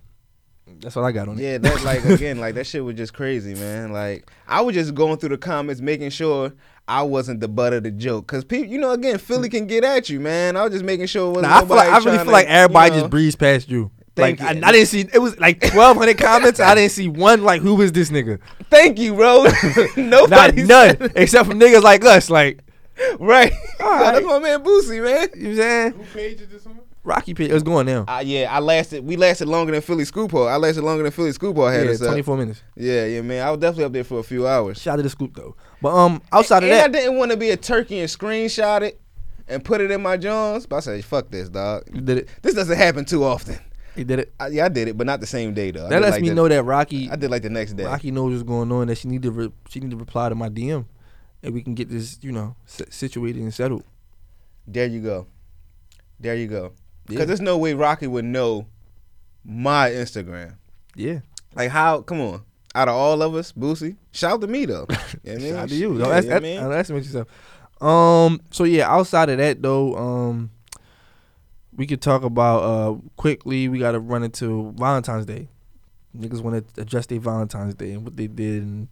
[SPEAKER 9] that's all I got on it.
[SPEAKER 10] Yeah, that like again, like that shit was just crazy, man. Like I was just going through the comments, making sure I wasn't the butt of the joke, cause people, you know, again, Philly can get at you, man. I was just making sure it wasn't
[SPEAKER 9] Nah, I, feel like,
[SPEAKER 10] nobody
[SPEAKER 9] I really
[SPEAKER 10] trying
[SPEAKER 9] feel like
[SPEAKER 10] to, you
[SPEAKER 9] everybody
[SPEAKER 10] know.
[SPEAKER 9] just breezed past you.
[SPEAKER 10] Thank
[SPEAKER 9] like
[SPEAKER 10] you.
[SPEAKER 9] I, I didn't see it was like twelve hundred comments. I didn't see one like who is this nigga?
[SPEAKER 10] Thank you, bro.
[SPEAKER 9] Not
[SPEAKER 10] Nobody
[SPEAKER 9] none
[SPEAKER 10] said-
[SPEAKER 9] except for niggas like us. Like
[SPEAKER 10] right.
[SPEAKER 9] right.
[SPEAKER 10] That's my man Boosie, man.
[SPEAKER 9] You know what I'm saying? Who
[SPEAKER 10] page is this on?
[SPEAKER 9] Rocky Pit, it's going down.
[SPEAKER 10] Uh, yeah, I lasted. We lasted longer than Philly Scoop Hall. I lasted longer than Philly Scoop Hall had
[SPEAKER 9] Yeah,
[SPEAKER 10] us up.
[SPEAKER 9] 24 minutes.
[SPEAKER 10] Yeah, yeah, man. I was definitely up there for a few hours.
[SPEAKER 9] Shout out to the Scoop though. But um, outside of
[SPEAKER 10] and
[SPEAKER 9] that,
[SPEAKER 10] I didn't want to be a turkey and screenshot it and put it in my Johns. But I said, fuck this, dog. You
[SPEAKER 9] did it.
[SPEAKER 10] This doesn't happen too often.
[SPEAKER 9] He did it.
[SPEAKER 10] I, yeah, I did it, but not the same day though. I
[SPEAKER 9] That
[SPEAKER 10] did
[SPEAKER 9] lets
[SPEAKER 10] like
[SPEAKER 9] me
[SPEAKER 10] the-
[SPEAKER 9] know that Rocky.
[SPEAKER 10] I did like the next day.
[SPEAKER 9] Rocky knows what's going on. That she need to re- she need to reply to my DM, and we can get this you know s- situated and settled.
[SPEAKER 10] There you go. There you go. Because
[SPEAKER 9] Yeah.
[SPEAKER 10] there's no way Rocky would know my Instagram.
[SPEAKER 9] Yeah.
[SPEAKER 10] Like how? Come on. Out of all of us, Boosie, shout out to me though. You know what I mean?
[SPEAKER 9] Shout out to you.
[SPEAKER 10] Yeah,
[SPEAKER 9] Don't ask-
[SPEAKER 10] you know what I
[SPEAKER 9] ask-
[SPEAKER 10] mean?
[SPEAKER 9] don't estimate yourself. Um. So yeah, outside of that though, um, we could talk about uh quickly. We got to run into Valentine's Day. Niggas want to address their Valentine's Day and what they did and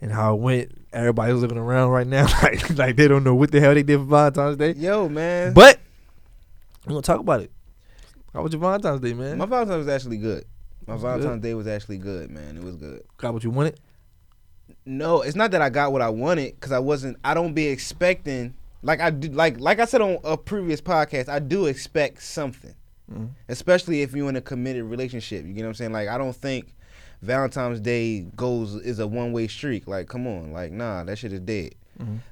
[SPEAKER 9] and how it went. Everybody's looking around right now like like they don't know what the hell they did for Valentine's Day.
[SPEAKER 10] Yo, man.
[SPEAKER 9] But we're gonna talk about it. How was your Valentine's Day, man?
[SPEAKER 10] My Valentine's was actually good. My
[SPEAKER 9] That's good.
[SPEAKER 10] Valentine's Day was actually good, man. It was good.
[SPEAKER 9] Got what you wanted?
[SPEAKER 10] No, it's not that I got what I wanted because I wasn't. I don't be expecting. Like I do, like like I said on a previous podcast, I do expect something,
[SPEAKER 9] Mhm.
[SPEAKER 10] especially if you're in a committed relationship. You get what I'm saying? Like I don't think Valentine's Day goes is a one way streak. Like come on, like nah, that shit is dead.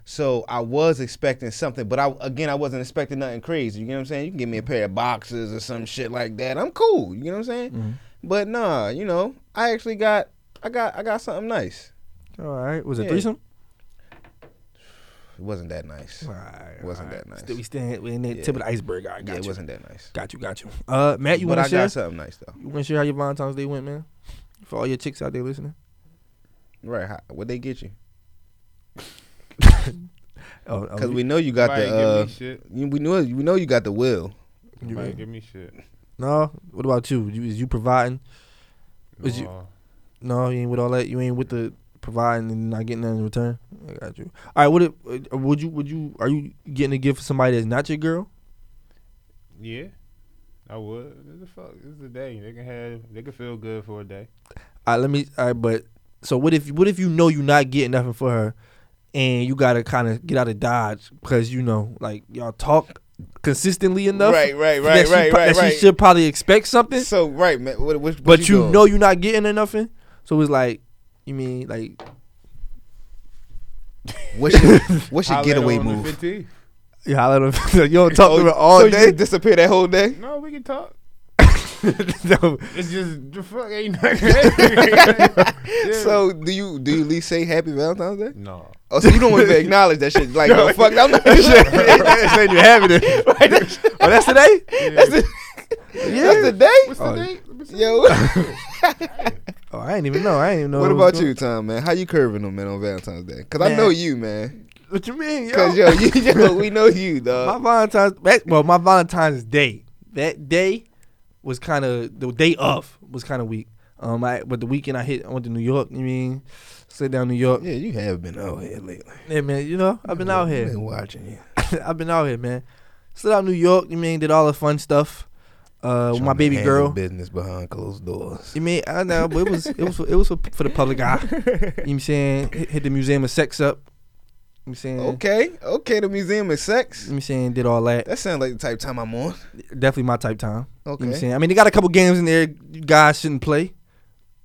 [SPEAKER 10] So I was expecting something, but I again I wasn't expecting nothing crazy. You get what I'm saying? You can give me a pair of boxes or some shit like that. I'm cool. You get what I'm saying? But nah, you know, I actually got I got I got something nice.
[SPEAKER 9] All right. Was it
[SPEAKER 10] Yeah.
[SPEAKER 9] threesome?
[SPEAKER 10] It wasn't that nice. It wasn't that nice.
[SPEAKER 9] Still, we stand in the
[SPEAKER 10] Yeah.
[SPEAKER 9] tip of the iceberg. I got
[SPEAKER 10] yeah, it
[SPEAKER 9] you.
[SPEAKER 10] wasn't that nice.
[SPEAKER 9] Got you. Got you. Uh, Matt, you
[SPEAKER 10] But
[SPEAKER 9] want
[SPEAKER 10] I
[SPEAKER 9] to share?
[SPEAKER 10] got something nice though.
[SPEAKER 9] You want to share how your Valentine's Day went, man? For all your chicks out there listening.
[SPEAKER 10] Right? How, what they get you?
[SPEAKER 9] Oh,
[SPEAKER 10] Because we know you got
[SPEAKER 11] Nobody
[SPEAKER 10] the.
[SPEAKER 11] give
[SPEAKER 10] Uh,
[SPEAKER 11] me shit.
[SPEAKER 10] you- we know we know you got the will.
[SPEAKER 11] Nobody give me shit.
[SPEAKER 9] No. What about you? you is you providing? Is you? No, you ain't with all that. You ain't with the providing and not getting nothing in return. I got you. All right. What if, uh, would you? Would you? Are you getting a gift for somebody that's not your girl?
[SPEAKER 11] Yeah, I would. What the fuck? It's a day. They can have. They can feel good for a day.
[SPEAKER 9] I let me. All right, but so what if? What if you know you're not getting nothing for her, and you gotta kind of get out of dodge because you know, like y'all talk consistently enough.
[SPEAKER 10] Right, right,
[SPEAKER 9] that
[SPEAKER 10] right,
[SPEAKER 9] she
[SPEAKER 10] right,
[SPEAKER 9] pro-
[SPEAKER 10] right,
[SPEAKER 9] That
[SPEAKER 10] right.
[SPEAKER 9] she should probably expect something.
[SPEAKER 10] So right, man. What, what,
[SPEAKER 9] but
[SPEAKER 10] what
[SPEAKER 9] you,
[SPEAKER 10] doing?
[SPEAKER 9] know you're not getting her nothing. So it's like, you mean like,
[SPEAKER 10] what's your what's your
[SPEAKER 11] Holla at her
[SPEAKER 10] getaway
[SPEAKER 11] on the
[SPEAKER 10] move?
[SPEAKER 11] 15th.
[SPEAKER 9] you holler at her, you don't talk to her all
[SPEAKER 12] Oh,
[SPEAKER 10] so Oh, you
[SPEAKER 9] day.
[SPEAKER 10] just disappear that whole day.
[SPEAKER 11] No, we can talk.
[SPEAKER 9] No.
[SPEAKER 11] It's just the fuck ain't nothing.
[SPEAKER 10] So do you do you at least say Happy Valentine's Day?
[SPEAKER 11] No.
[SPEAKER 10] Oh, so you don't want to acknowledge that shit? Like,
[SPEAKER 11] No.
[SPEAKER 10] no, fuck, I'm not.
[SPEAKER 11] That shit-
[SPEAKER 9] that shit ain't even happening.
[SPEAKER 10] Right, that shit-
[SPEAKER 9] Oh, that's today.
[SPEAKER 10] That's the, that's the day.
[SPEAKER 11] What's the
[SPEAKER 10] Oh.
[SPEAKER 11] date?
[SPEAKER 10] Yo.
[SPEAKER 9] Oh, I didn't even know. I didn't even know.
[SPEAKER 10] What
[SPEAKER 9] it was
[SPEAKER 10] about
[SPEAKER 9] going-
[SPEAKER 10] you, Tom? Man, how you curving them, man, on Valentine's Day? Cause I
[SPEAKER 9] Man.
[SPEAKER 10] know you, man.
[SPEAKER 9] What you mean? Yo?
[SPEAKER 10] Cause yo, you, yo, we know you,
[SPEAKER 9] my
[SPEAKER 10] dog.
[SPEAKER 9] Valentine's that, well, my Valentine's Day. That day was kind of the day of was kind of weak. Um, I but the weekend I hit I went to New York. You mean sit down New York?
[SPEAKER 10] Yeah, you have been out here lately.
[SPEAKER 9] Yeah, man. You know I've been out here.
[SPEAKER 10] Been watching you.
[SPEAKER 9] I've been out here, man. Slid out New York. You mean did all the fun stuff. Uh, with
[SPEAKER 10] Trying
[SPEAKER 9] my
[SPEAKER 10] to
[SPEAKER 9] baby
[SPEAKER 10] handle
[SPEAKER 9] girl.
[SPEAKER 10] Business behind closed doors.
[SPEAKER 9] You mean I know, but it was it was for, it was for, for the public eye. You know what I'm saying hit, hit the Museum of Sex up. You know what I'm saying
[SPEAKER 10] Okay, okay. The museum is sex.
[SPEAKER 9] You know what I'm saying did all that.
[SPEAKER 10] That sounds like the type of time I'm on.
[SPEAKER 9] Definitely my type time. You know what
[SPEAKER 10] Okay.
[SPEAKER 9] I'm saying? I mean, they got a couple games in there you guys shouldn't play.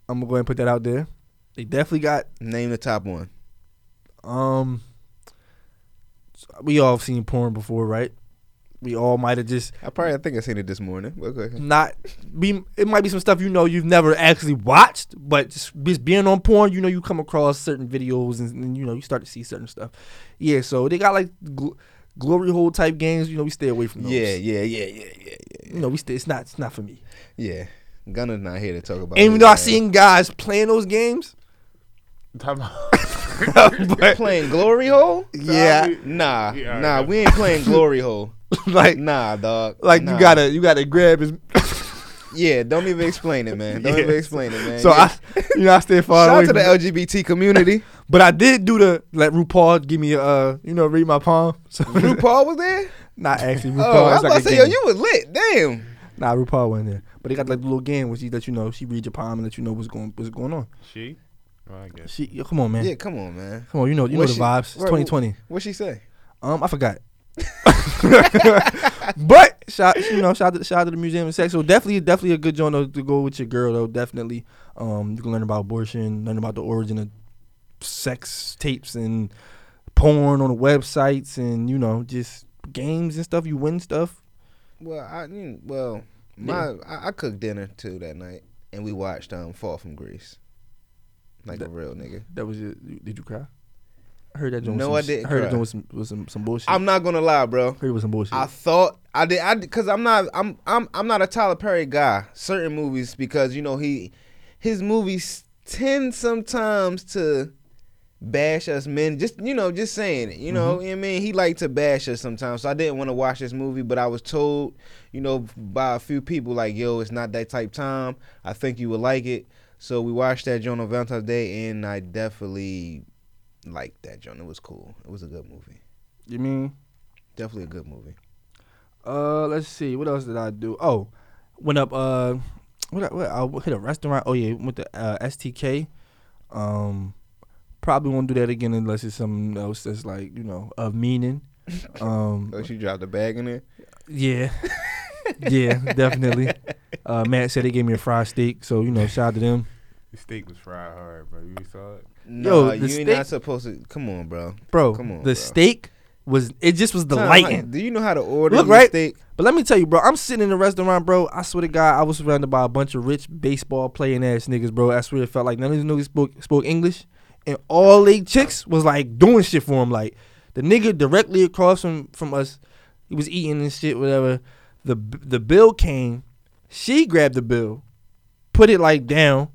[SPEAKER 9] I'm gonna go ahead and put that out there. They definitely got
[SPEAKER 10] Name the top one.
[SPEAKER 9] um we all seen porn before, right? We all might have just
[SPEAKER 10] I probably I think I seen it this morning. But okay.
[SPEAKER 9] not be it might be some stuff you know you've never actually watched, but just, just being on porn, you know you come across certain videos and, and, you know you start to see certain stuff. Yeah, so they got like gl- glory hole type games, you know we stay away from those.
[SPEAKER 10] Yeah, yeah, yeah, yeah, yeah,
[SPEAKER 9] You know we stay it's not it's not for me.
[SPEAKER 10] yeah. Gunner's not here to talk about.
[SPEAKER 9] And even
[SPEAKER 10] his
[SPEAKER 9] though I
[SPEAKER 10] man.
[SPEAKER 9] seen guys playing those games,
[SPEAKER 11] Time out.
[SPEAKER 9] but
[SPEAKER 10] playing glory hole.
[SPEAKER 9] yeah,
[SPEAKER 10] Nah,
[SPEAKER 11] Yeah,
[SPEAKER 10] nah,
[SPEAKER 11] alright.
[SPEAKER 10] we ain't playing glory hole.
[SPEAKER 9] like
[SPEAKER 10] Nah, dog.
[SPEAKER 9] like
[SPEAKER 10] Nah.
[SPEAKER 9] you gotta you gotta grab his.
[SPEAKER 10] Yeah, don't even explain it, man. Don't
[SPEAKER 9] Yeah.
[SPEAKER 10] even explain it, man.
[SPEAKER 9] so
[SPEAKER 10] Yeah.
[SPEAKER 9] I you know I stay far
[SPEAKER 10] shout out
[SPEAKER 9] away.
[SPEAKER 10] to the
[SPEAKER 9] from it.
[SPEAKER 10] LGBT community.
[SPEAKER 9] but I did do the let RuPaul give me a uh, you know read my palm. So
[SPEAKER 10] RuPaul was there.
[SPEAKER 9] not actually RuPaul.
[SPEAKER 10] Oh, I was
[SPEAKER 9] it's like
[SPEAKER 10] about
[SPEAKER 9] a
[SPEAKER 10] to say, yo,
[SPEAKER 9] game.
[SPEAKER 10] you was lit. Damn.
[SPEAKER 9] Nah, RuPaul wasn't there. But they got like the little game where she let you know she read your palm and let you know what's going what's going on.
[SPEAKER 11] She? Well, I guess.
[SPEAKER 9] She yo, come on man,
[SPEAKER 10] Yeah, come on, man.
[SPEAKER 9] come on you know you
[SPEAKER 10] What
[SPEAKER 9] know
[SPEAKER 10] she-
[SPEAKER 9] the vibes. It's
[SPEAKER 10] what-
[SPEAKER 9] 2020.
[SPEAKER 10] What she say?
[SPEAKER 9] Um, I forgot. but shout you know shout out to, shout out to the museum of sex. So definitely definitely a good joint to, to go with your girl though. Definitely, um, you can learn about abortion, learn about the origin of sex tapes and porn on the websites, and you know just games and stuff. You win stuff.
[SPEAKER 10] Well, I mm, well, my I, I cooked dinner too that night, and we watched um Fall from Grace, like a real nigga.
[SPEAKER 9] That was it. You- Did you cry? I heard that joint. was
[SPEAKER 10] No,
[SPEAKER 9] some
[SPEAKER 10] I
[SPEAKER 9] sh-
[SPEAKER 10] didn't
[SPEAKER 9] Heard
[SPEAKER 10] cry.
[SPEAKER 9] that joint was some was some, some bullshit.
[SPEAKER 10] I'm not gonna lie, bro.
[SPEAKER 9] heard it was some bullshit.
[SPEAKER 10] I thought I did. I because I'm not. I'm I'm I'm not a Tyler Perry guy. Certain movies because you know he, his movies tend sometimes to bash us men. Just you know, just saying it. You know, what I mean, he liked to bash us sometimes. So I didn't want to watch this movie, but I was told, you know, by a few people like, yo, it's not that type time. I think you would like it. So we watched that John on Valentine's Day, and I definitely liked that John. It was cool. It was a good movie.
[SPEAKER 9] you mean?
[SPEAKER 10] Definitely a good movie.
[SPEAKER 9] Uh, let's see. What else did I do? Oh, went up. Uh, what? I, what? I hit a restaurant. Oh yeah, went to uh, STK. Um, probably won't do that again unless it's something else that's like you know of meaning. Um,
[SPEAKER 10] Oh, she dropped a bag in there.
[SPEAKER 9] yeah, yeah, definitely. Uh, Matt said they gave me a fried steak, so you know, shout out to them.
[SPEAKER 11] The steak was fried hard, bro. You saw it?
[SPEAKER 10] No,
[SPEAKER 9] Yo, the
[SPEAKER 10] you ain't
[SPEAKER 9] steak-
[SPEAKER 10] not supposed to. Come on, bro.
[SPEAKER 9] Bro,
[SPEAKER 10] Come on,
[SPEAKER 9] the
[SPEAKER 10] bro.
[SPEAKER 9] steak was it just was the
[SPEAKER 10] Tom,
[SPEAKER 9] lighting.
[SPEAKER 10] Do you know how to order
[SPEAKER 9] Look,
[SPEAKER 10] your
[SPEAKER 9] right?
[SPEAKER 10] steak?
[SPEAKER 9] But let me tell you, bro, I'm sitting in the restaurant, bro. I swear to God, I was surrounded by a bunch of rich baseball playing ass niggas, bro. I swear it felt like none of these niggas spoke spoke English, and all they chicks was like doing shit for him. Like the nigga directly across from from us, he was eating and shit, whatever. The the bill came, she grabbed the bill, put it like down,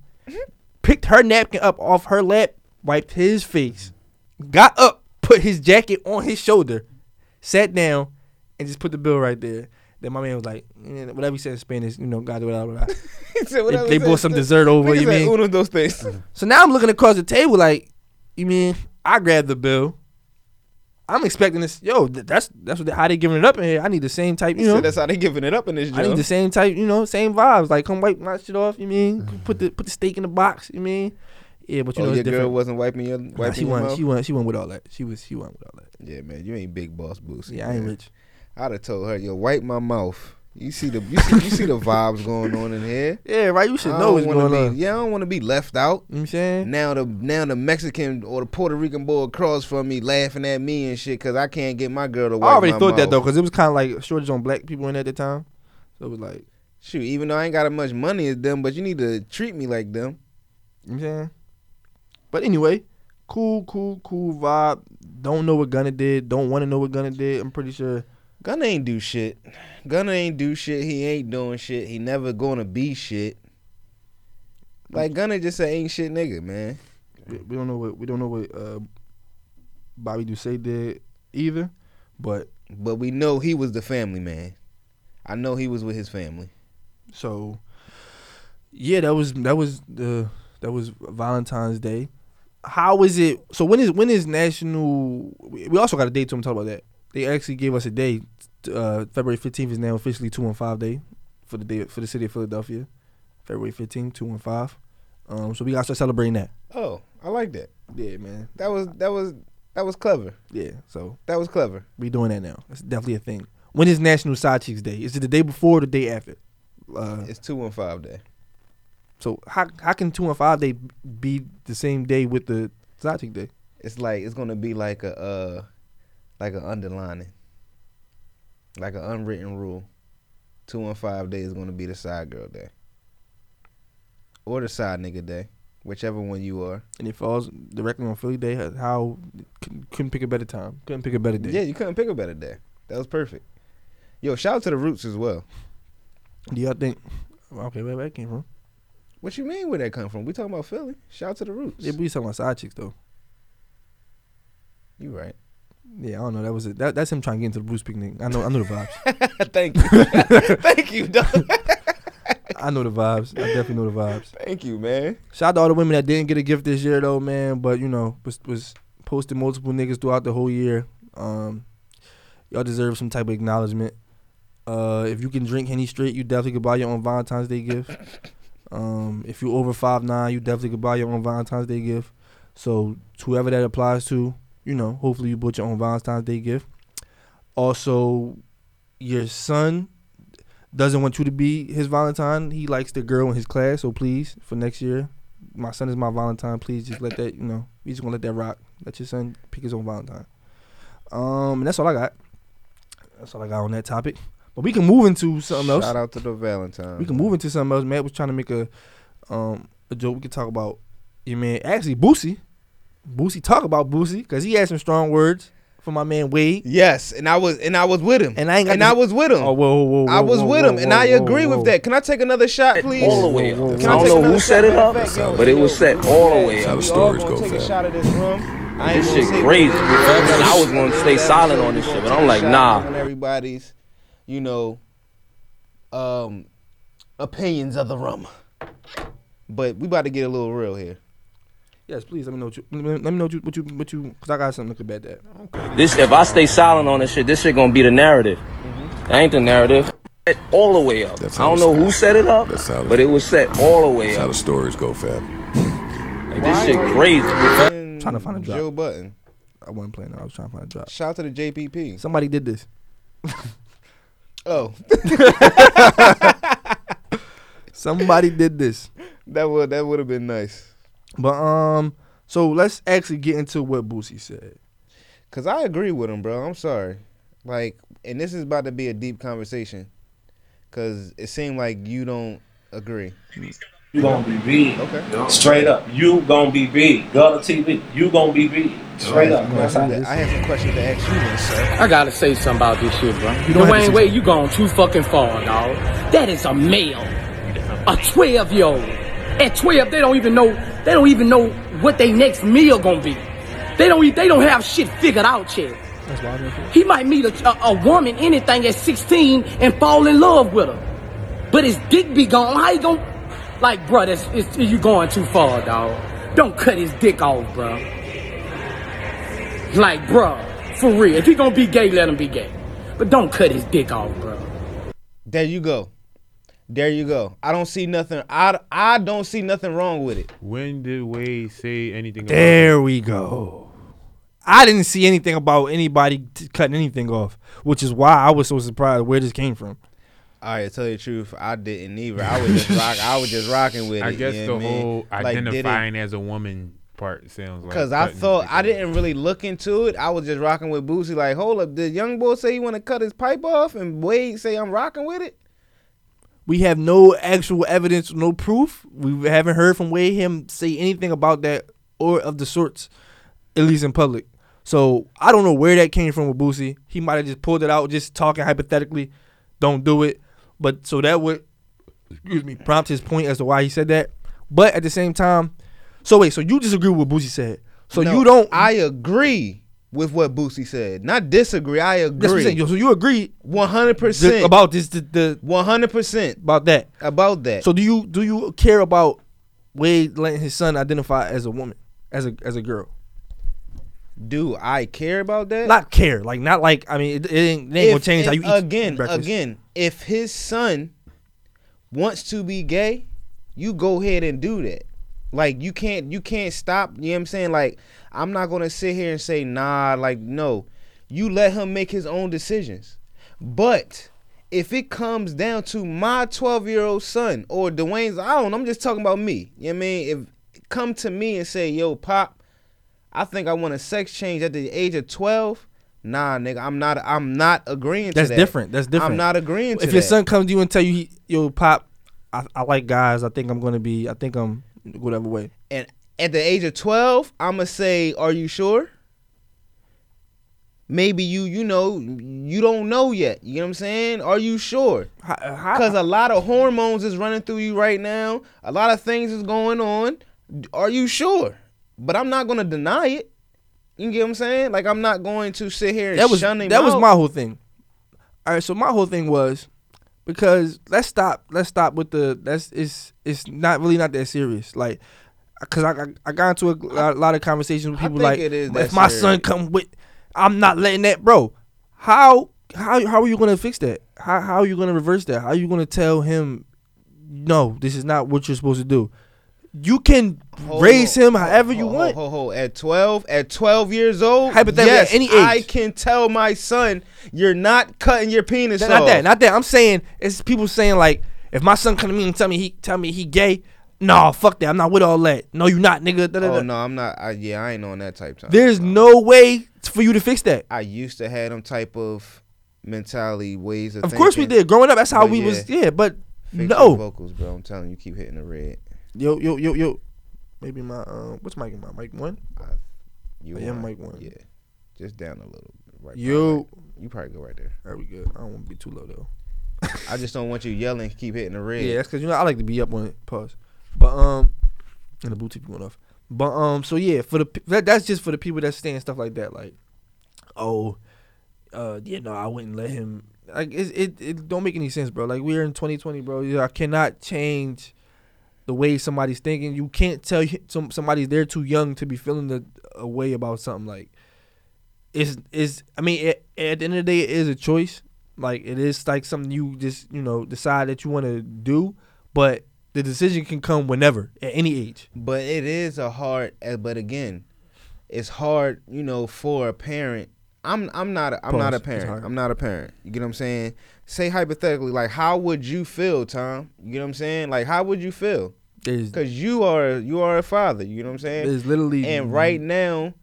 [SPEAKER 9] picked her napkin up off her lap, wiped his face, got up, put his jacket on his shoulder, sat down, and just put the bill right there. Then my man was like, eh, whatever he said in Spanish, you know, God, blah, blah, blah.
[SPEAKER 10] He said,
[SPEAKER 9] They-
[SPEAKER 10] "What I was
[SPEAKER 9] they bought
[SPEAKER 10] saying,
[SPEAKER 9] some
[SPEAKER 10] sis."
[SPEAKER 9] dessert over,
[SPEAKER 10] Nigga
[SPEAKER 9] you
[SPEAKER 10] said,
[SPEAKER 9] mean?
[SPEAKER 10] Uno dos tres.
[SPEAKER 9] So now I'm looking across the table like, you mean I grabbed the bill? I'm expecting this. Yo, th- that's that's what they, how they giving it up in here. I need the same type,
[SPEAKER 10] He
[SPEAKER 9] you know.
[SPEAKER 10] said that's how they giving it up in this
[SPEAKER 9] I need
[SPEAKER 10] joint.
[SPEAKER 9] the same type, you know, same vibes. Like, come wipe my shit off. You mean put the put the steak in the box. You mean Yeah, but you
[SPEAKER 10] Mm-hmm. Oh,
[SPEAKER 9] know it's
[SPEAKER 10] your girl
[SPEAKER 9] different.
[SPEAKER 10] wasn't wiping your-
[SPEAKER 9] Nah,
[SPEAKER 10] wiping
[SPEAKER 9] she
[SPEAKER 10] your
[SPEAKER 9] wasn't.
[SPEAKER 10] mouth?
[SPEAKER 9] She wasn't. She wasn't with all that. She was. She wasn't with all that.
[SPEAKER 10] Yeah, man, you ain't big boss boosie.
[SPEAKER 9] Yeah, I ain't
[SPEAKER 10] man.
[SPEAKER 9] rich.
[SPEAKER 10] I'd have told her, yo, wipe my mouth. You see the you see, you see the vibes going on in here.
[SPEAKER 9] Yeah, right. You should
[SPEAKER 10] I
[SPEAKER 9] know
[SPEAKER 10] don't
[SPEAKER 9] what's
[SPEAKER 10] wanna
[SPEAKER 9] going
[SPEAKER 10] be-
[SPEAKER 9] on.
[SPEAKER 10] Yeah, I don't want to be left out.
[SPEAKER 9] You know what I'm saying
[SPEAKER 10] now the now the Mexican or the Puerto Rican boy across from me laughing at me and shit because I can't get my girl to.
[SPEAKER 9] I
[SPEAKER 10] Wipe
[SPEAKER 9] already
[SPEAKER 10] my
[SPEAKER 9] thought that
[SPEAKER 10] mouth.
[SPEAKER 9] though, because it was kind of like a shortage on black people in at the time. So it was like,
[SPEAKER 10] shoot, even though I ain't got as much money as them, but you need to treat me like them.
[SPEAKER 9] You know what I'm saying? But anyway, cool, cool, cool vibe. Don't know what Gunna did. Don't want to know what Gunna did. I'm pretty sure.
[SPEAKER 10] Gunna ain't do shit. Gunna ain't do shit. He ain't doing shit. He never gonna be shit. Like Gunna just a ain't shit nigga, man.
[SPEAKER 9] We, we don't know what we don't know what uh, Bobby Ducey did either, but
[SPEAKER 10] but we know he was the family man. I know he was with his family.
[SPEAKER 9] So yeah, that was that was the that was Valentine's Day. How is it? So when is when is National? We we also got a date to him. Talk about that. They actually gave us a day. Uh, February fifteenth is now officially two one five day for the day for the city of Philadelphia. February fifteenth, two one five. Um, so we got to start celebrating that.
[SPEAKER 10] Oh, I like that.
[SPEAKER 9] Yeah, man.
[SPEAKER 10] That was that was that was clever.
[SPEAKER 9] Yeah, so
[SPEAKER 10] that was clever.
[SPEAKER 9] We doing that now. That's definitely a thing. When is National Side Chicks Day? Is it the day before or the day after? Uh,
[SPEAKER 10] it's two one five day.
[SPEAKER 9] So how how can two and five day be the same day with the side chick day?
[SPEAKER 10] It's like it's gonna be like a uh like an underlining. Like an unwritten rule. Two and five day is gonna be the side girl day. Or the side nigga day. Whichever one you are.
[SPEAKER 9] And it falls directly on Philly Day. How- How couldn't couldn't pick a better time? Couldn't pick a better day.
[SPEAKER 10] Yeah, you couldn't pick a better day. That was perfect. Yo, shout out to the Roots as well.
[SPEAKER 9] Do y'all think? Okay, where where that came from?
[SPEAKER 10] What you mean where that come from? We talking about Philly. Shout out to the Roots.
[SPEAKER 9] Yeah, we talking about side chicks though.
[SPEAKER 10] You right.
[SPEAKER 9] Yeah, I don't know. That was it. That, that's him trying to get into the Bruce picnic. I know. I know the vibes.
[SPEAKER 10] Thank you. Thank you, dog.
[SPEAKER 9] I know the vibes. I definitely know the vibes.
[SPEAKER 10] Thank you, man.
[SPEAKER 9] Shout out to all the women that didn't get a gift this year though, man. But you know, was was posted multiple niggas throughout the whole year. Um, y'all deserve some type of acknowledgement. Uh, if you can drink Henny straight, you definitely could buy your own Valentine's Day gift. Um, if you're over five nine, you definitely could buy your own Valentine's Day gift. So to whoever that applies to, you know, hopefully you bought your own Valentine's Day gift. Also, your son doesn't want you to be his Valentine. He likes the girl in his class, so please, for next year, my son is my Valentine. Please just let that, you know, we just gonna let that rock. Let your son pick his own Valentine. Um, and that's all I got. That's all I got on that topic. But we can move into something else.
[SPEAKER 10] Shout out to the Valentine.
[SPEAKER 9] We can move into something else. Matt was trying to make a um a joke. We could talk about your man actually Boosie. Boosie talk about Boosie because he had some strong words for my man Wade.
[SPEAKER 10] Yes, and I was and I was with him.
[SPEAKER 9] And I ain't got
[SPEAKER 10] And
[SPEAKER 9] this-
[SPEAKER 10] I was with him.
[SPEAKER 9] Oh whoa whoa whoa!
[SPEAKER 10] I was
[SPEAKER 9] whoa,
[SPEAKER 10] with
[SPEAKER 9] whoa,
[SPEAKER 10] him, and
[SPEAKER 9] whoa,
[SPEAKER 10] I
[SPEAKER 9] whoa,
[SPEAKER 10] agree
[SPEAKER 9] whoa.
[SPEAKER 10] with that. Can I take another shot, please?
[SPEAKER 6] All the way up.
[SPEAKER 10] Can
[SPEAKER 6] I don't
[SPEAKER 10] take
[SPEAKER 6] know
[SPEAKER 10] another
[SPEAKER 6] who set
[SPEAKER 10] shot?
[SPEAKER 6] it up,
[SPEAKER 10] Matter of fact,
[SPEAKER 6] but it was set all the way
[SPEAKER 10] yo,
[SPEAKER 6] up.
[SPEAKER 10] we
[SPEAKER 6] That's
[SPEAKER 10] all
[SPEAKER 6] how the stories
[SPEAKER 10] gonna
[SPEAKER 6] go,
[SPEAKER 10] take a
[SPEAKER 6] fam.
[SPEAKER 10] shit out of this room. I ain't
[SPEAKER 6] This
[SPEAKER 10] gonna
[SPEAKER 6] shit
[SPEAKER 10] say
[SPEAKER 6] crazy,
[SPEAKER 10] what-
[SPEAKER 6] bro. And I was gonna stay silent on this shit, but I'm like, nah.
[SPEAKER 10] On everybody's, you know, um, opinions of the room. But we about to get a little real here.
[SPEAKER 9] Yes, please let me know what you let me, let me know what you what you what you because I got something to combat that.
[SPEAKER 6] This if I stay silent on this shit, this shit gonna be the narrative. That ain't the narrative. Set All the way up. I don't know who set it up, but it was set all the way up.
[SPEAKER 12] How the stories go, fam.
[SPEAKER 6] Like, this shit crazy.
[SPEAKER 9] I'm trying to find a drop.
[SPEAKER 10] Joe Button.
[SPEAKER 9] I wasn't playing. that. I was trying to find a drop.
[SPEAKER 10] Shout out to the JPP.
[SPEAKER 9] Somebody did this.
[SPEAKER 10] Oh,
[SPEAKER 9] Somebody did this.
[SPEAKER 10] that would that would have been nice.
[SPEAKER 9] But um, so let's actually get into what Boosie said.
[SPEAKER 10] Cause I agree with him, bro. I'm sorry. Like, and this is about to be a deep conversation. Cause it seemed like you don't agree.
[SPEAKER 14] You gonna be big.
[SPEAKER 10] Okay.
[SPEAKER 14] Straight up. You gonna be big. Gutter TV. You gonna be big. Straight up.
[SPEAKER 10] I have some questions to- I have some questions to ask you, then, sir.
[SPEAKER 15] I gotta say something about this shit, bro.
[SPEAKER 10] don't have to say
[SPEAKER 15] Dwayne Wade, you gone too fucking far, dog. That is a male, a twelve year old. At twelve, they don't even know. They don't even know what their next meal gonna be. They don't. e- They don't have shit figured out yet.
[SPEAKER 9] That's why I'm here for.
[SPEAKER 15] He might meet a, a, a woman, anything at sixteen, and fall in love with her. But his dick be gone. How you gonna? Like, bro, that's it's, you going too far, dog. Don't cut his dick off, bro. Like, bruh, for real. If he gonna be gay, let him be gay. But don't cut his dick off, bruh.
[SPEAKER 10] There you go. There you go. I don't see nothing. I, I don't see nothing wrong with it.
[SPEAKER 11] When did Wade say anything? about
[SPEAKER 9] There
[SPEAKER 11] it?
[SPEAKER 9] we go. I didn't see anything about anybody t- cutting anything off, which is why I was so surprised where this came from.
[SPEAKER 10] All right, tell you the truth, I didn't either. I was just rock. I was just rocking with it.
[SPEAKER 11] I guess
[SPEAKER 10] you
[SPEAKER 11] the
[SPEAKER 10] know what I mean?
[SPEAKER 11] whole
[SPEAKER 10] Like, did it-
[SPEAKER 11] identifying as a woman part sounds like.
[SPEAKER 10] Cause I
[SPEAKER 11] cutting
[SPEAKER 10] thought I didn't really look into it. I was just rocking with Boosie. Like, hold up, did Young Boy say he want to cut his pipe off, and Wade say I'm rocking with it?
[SPEAKER 9] We have no actual evidence, no proof. We haven't heard from Wade him say anything about that or of the sorts, at least in public. So I don't know where that came from with Boosie. He might have just pulled it out, just talking hypothetically. Don't do it. But so that would, excuse me, prompt his point as to why he said that. But at the same time, so wait, so you disagree with what Boosie said? So
[SPEAKER 10] No,
[SPEAKER 9] you don't?
[SPEAKER 10] I agree with what Boosie said. Not disagree. I
[SPEAKER 9] That's what I'm
[SPEAKER 10] agree.
[SPEAKER 9] saying. So you agree
[SPEAKER 10] one hundred percent
[SPEAKER 9] about this? The
[SPEAKER 10] one hundred percent
[SPEAKER 9] about that.
[SPEAKER 10] About that.
[SPEAKER 9] So do you do you care about Wade letting his son identify as a woman, as a as a girl?
[SPEAKER 10] Do I care about that?
[SPEAKER 9] Not care, like not like I mean, it, it ain't, it ain't gonna
[SPEAKER 10] If-
[SPEAKER 9] change how
[SPEAKER 10] if-
[SPEAKER 9] you eat
[SPEAKER 10] again
[SPEAKER 9] breakfast.
[SPEAKER 10] again if his son wants to be gay you go ahead and do that like you can't you can't stop you know what i'm saying like i'm not gonna sit here and say nah like no you let him make his own decisions but if it comes down to my 12 year old son or dwayne's i don't know i'm just talking about me you know what i mean if come to me and say yo pop i think i want a sex change at the age of 12 Nah, nigga, I'm not. I'm not agreeing
[SPEAKER 9] That's
[SPEAKER 10] to that.
[SPEAKER 9] different. That's different.
[SPEAKER 10] I'm not agreeing to
[SPEAKER 9] If your
[SPEAKER 10] that.
[SPEAKER 9] son comes to you and tell you, he, "Yo, pop, I, I like guys. I think I'm gonna be. I think I'm whatever way."
[SPEAKER 10] and at the age of 12 i'ma say are you sure maybe you you know you don't know yet you know what i'm saying are you sure because a lot of hormones is running through you right now a lot of things is going on are you sure but i'm not gonna deny it you get what i'm saying like i'm not going to sit here and
[SPEAKER 9] that was
[SPEAKER 10] shun him
[SPEAKER 9] that was
[SPEAKER 10] out.
[SPEAKER 9] my whole thing. All right, so my whole thing was because let's stop let's stop with the that's it's it's not really not that serious like because I, I I got into a lot, lot of conversations with people
[SPEAKER 10] think
[SPEAKER 9] like
[SPEAKER 10] it is that
[SPEAKER 9] if my son
[SPEAKER 10] serious."
[SPEAKER 9] come with I'm not letting that bro how how how are you gonna fix that how how are you gonna reverse that how are you gonna tell him no this is not what you're supposed to do you can
[SPEAKER 10] Hold
[SPEAKER 9] raise
[SPEAKER 10] on.
[SPEAKER 9] him however you
[SPEAKER 10] Ho,
[SPEAKER 9] want
[SPEAKER 10] ho, Oh, ho, ho. At twelve, at twelve years old,
[SPEAKER 9] Hypothetically,
[SPEAKER 10] yes,
[SPEAKER 9] at any age.
[SPEAKER 10] I can tell my son, "You're not cutting your penis
[SPEAKER 9] Not,
[SPEAKER 10] off."
[SPEAKER 9] not that, not that. I'm saying it's people saying like, if my son come to me and tell me he tell me he gay, nah, fuck that. I'm not with all that. No, you not, nigga. Da, da,
[SPEAKER 10] Oh
[SPEAKER 9] da.
[SPEAKER 10] no, I'm not. I, yeah, I ain't on that type time.
[SPEAKER 9] There's no way for you to fix that.
[SPEAKER 10] I used to have them type of mentality ways of.
[SPEAKER 9] Of course we
[SPEAKER 10] thinking,
[SPEAKER 9] did. Growing up, that's how
[SPEAKER 10] but
[SPEAKER 9] we was. Yeah, but
[SPEAKER 10] Fix
[SPEAKER 9] no.
[SPEAKER 10] your vocals, bro. I'm telling you, keep hitting the red.
[SPEAKER 9] Yo, yo, yo, yo. Maybe my um, what's mic? My mic one.
[SPEAKER 10] You
[SPEAKER 9] I am
[SPEAKER 10] on.
[SPEAKER 9] mic one.
[SPEAKER 10] Yeah, just down a little. Right,
[SPEAKER 9] Yo.
[SPEAKER 10] probably- you probably go right there.
[SPEAKER 9] Are we good? I don't want to be too low though.
[SPEAKER 10] I just don't want you yelling. Keep hitting the red.
[SPEAKER 9] Yeah, that's because you know I like to be up on it. Pause. But um, and the Bluetooth going off. But um, so yeah, for the pe- that, that's just for the people that's saying stuff like that, like, oh, uh, yeah, no, I wouldn't let him. Like it, it, it don't make any sense, bro. Like we're in 2020, bro. Yeah, I cannot change the way somebody's thinking. You can't tell you- some somebody's they're too young to be feeling the a way about something like. It's is I mean it, at the end of the day it is a choice. Like it is like something you just you know decide that you want to do, but the decision can come whenever at any age.
[SPEAKER 10] But it is a hard. eh, But again, it's hard, you know, for a parent. I'm I'm not a, I'm not a
[SPEAKER 9] Pause. It's hard.
[SPEAKER 10] parent. I'm not a parent. You get what I'm saying? Say hypothetically, like how would you feel, Tom? You get what I'm saying? Like how would you feel?
[SPEAKER 9] There's-
[SPEAKER 10] Because you are you are a father. You know what I'm saying?
[SPEAKER 9] There's literally-
[SPEAKER 10] and right now.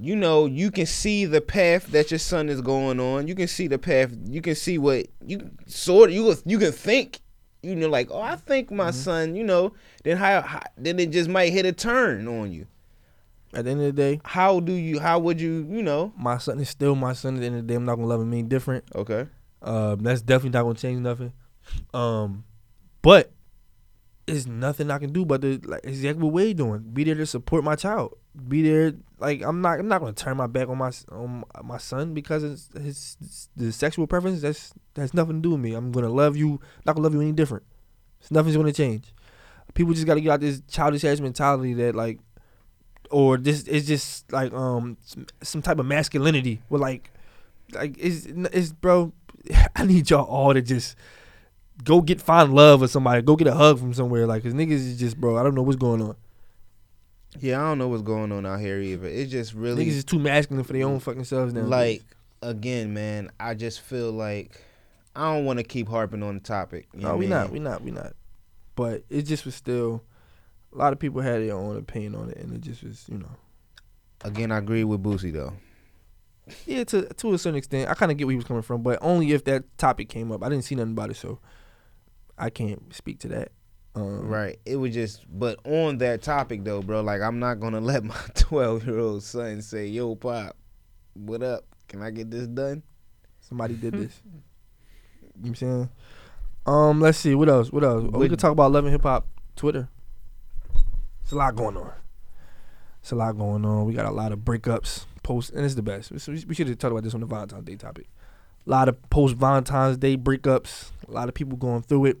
[SPEAKER 10] You know, you can see the path that your son is going on. You can see the path. You can see what you sort. You you can think you know, like, oh, I think my
[SPEAKER 9] Mm-hmm.
[SPEAKER 10] son, you know, then how, how, then it just might hit a turn on you.
[SPEAKER 9] At the end of the day,
[SPEAKER 10] how do you? How would you? You know,
[SPEAKER 9] My son is still my son. At the end of the day, I'm not gonna love him any different.
[SPEAKER 10] Okay.
[SPEAKER 9] Um, that's definitely not gonna change nothing. Um, but it's nothing I can do but to like exactly what Wade doing. Be there to support my child. Be there. Like I'm not. I'm not gonna turn my back on my s- on my son because it's his, the sexual preference. That's that's nothing to do with me. I'm gonna love you. Not gonna love you any different. It's, nothing's gonna change. People just gotta get out this childish ass mentality that like, or this it's just like um some, some type of masculinity. Where like, like it's it's bro. I need y'all all to just go get find love with somebody. Go get a hug from somewhere. Like, cause niggas is just, bro. I don't know what's going on.
[SPEAKER 10] Yeah, I don't know what's going on out here either. It's just really
[SPEAKER 9] Niggas is too masculine for their own fucking selves now.
[SPEAKER 10] Like again, man, I just feel like I don't want to keep harping on the topic. you know
[SPEAKER 9] no,
[SPEAKER 10] what
[SPEAKER 9] we
[SPEAKER 10] I
[SPEAKER 9] not,
[SPEAKER 10] mean?
[SPEAKER 9] we not, we not. But it just was still. A lot of people had their own opinion on it, and it just was, you know.
[SPEAKER 10] Again, I agree with Boosie though.
[SPEAKER 9] Yeah, to to a certain extent, I kind of get where he was coming from, but only if that topic came up. I didn't see nothing about it, so I can't speak to that. Um,
[SPEAKER 10] right. It was just, but on that topic though, bro, like I'm not gonna let my 12 year old son say, "Yo, pop, what up? Can I get this done?"
[SPEAKER 9] Somebody did this. You know what I'm saying? Um, let's see what else. What else? Oh, we
[SPEAKER 10] Would-
[SPEAKER 9] could talk about loving hip hop Twitter. It's a lot going on. It's a lot going on. We got a lot of breakups, post, and it's the best. We, we should have talked about this on the Valentine's Day topic. A lot of post Valentine's Day breakups. A lot of people going through it.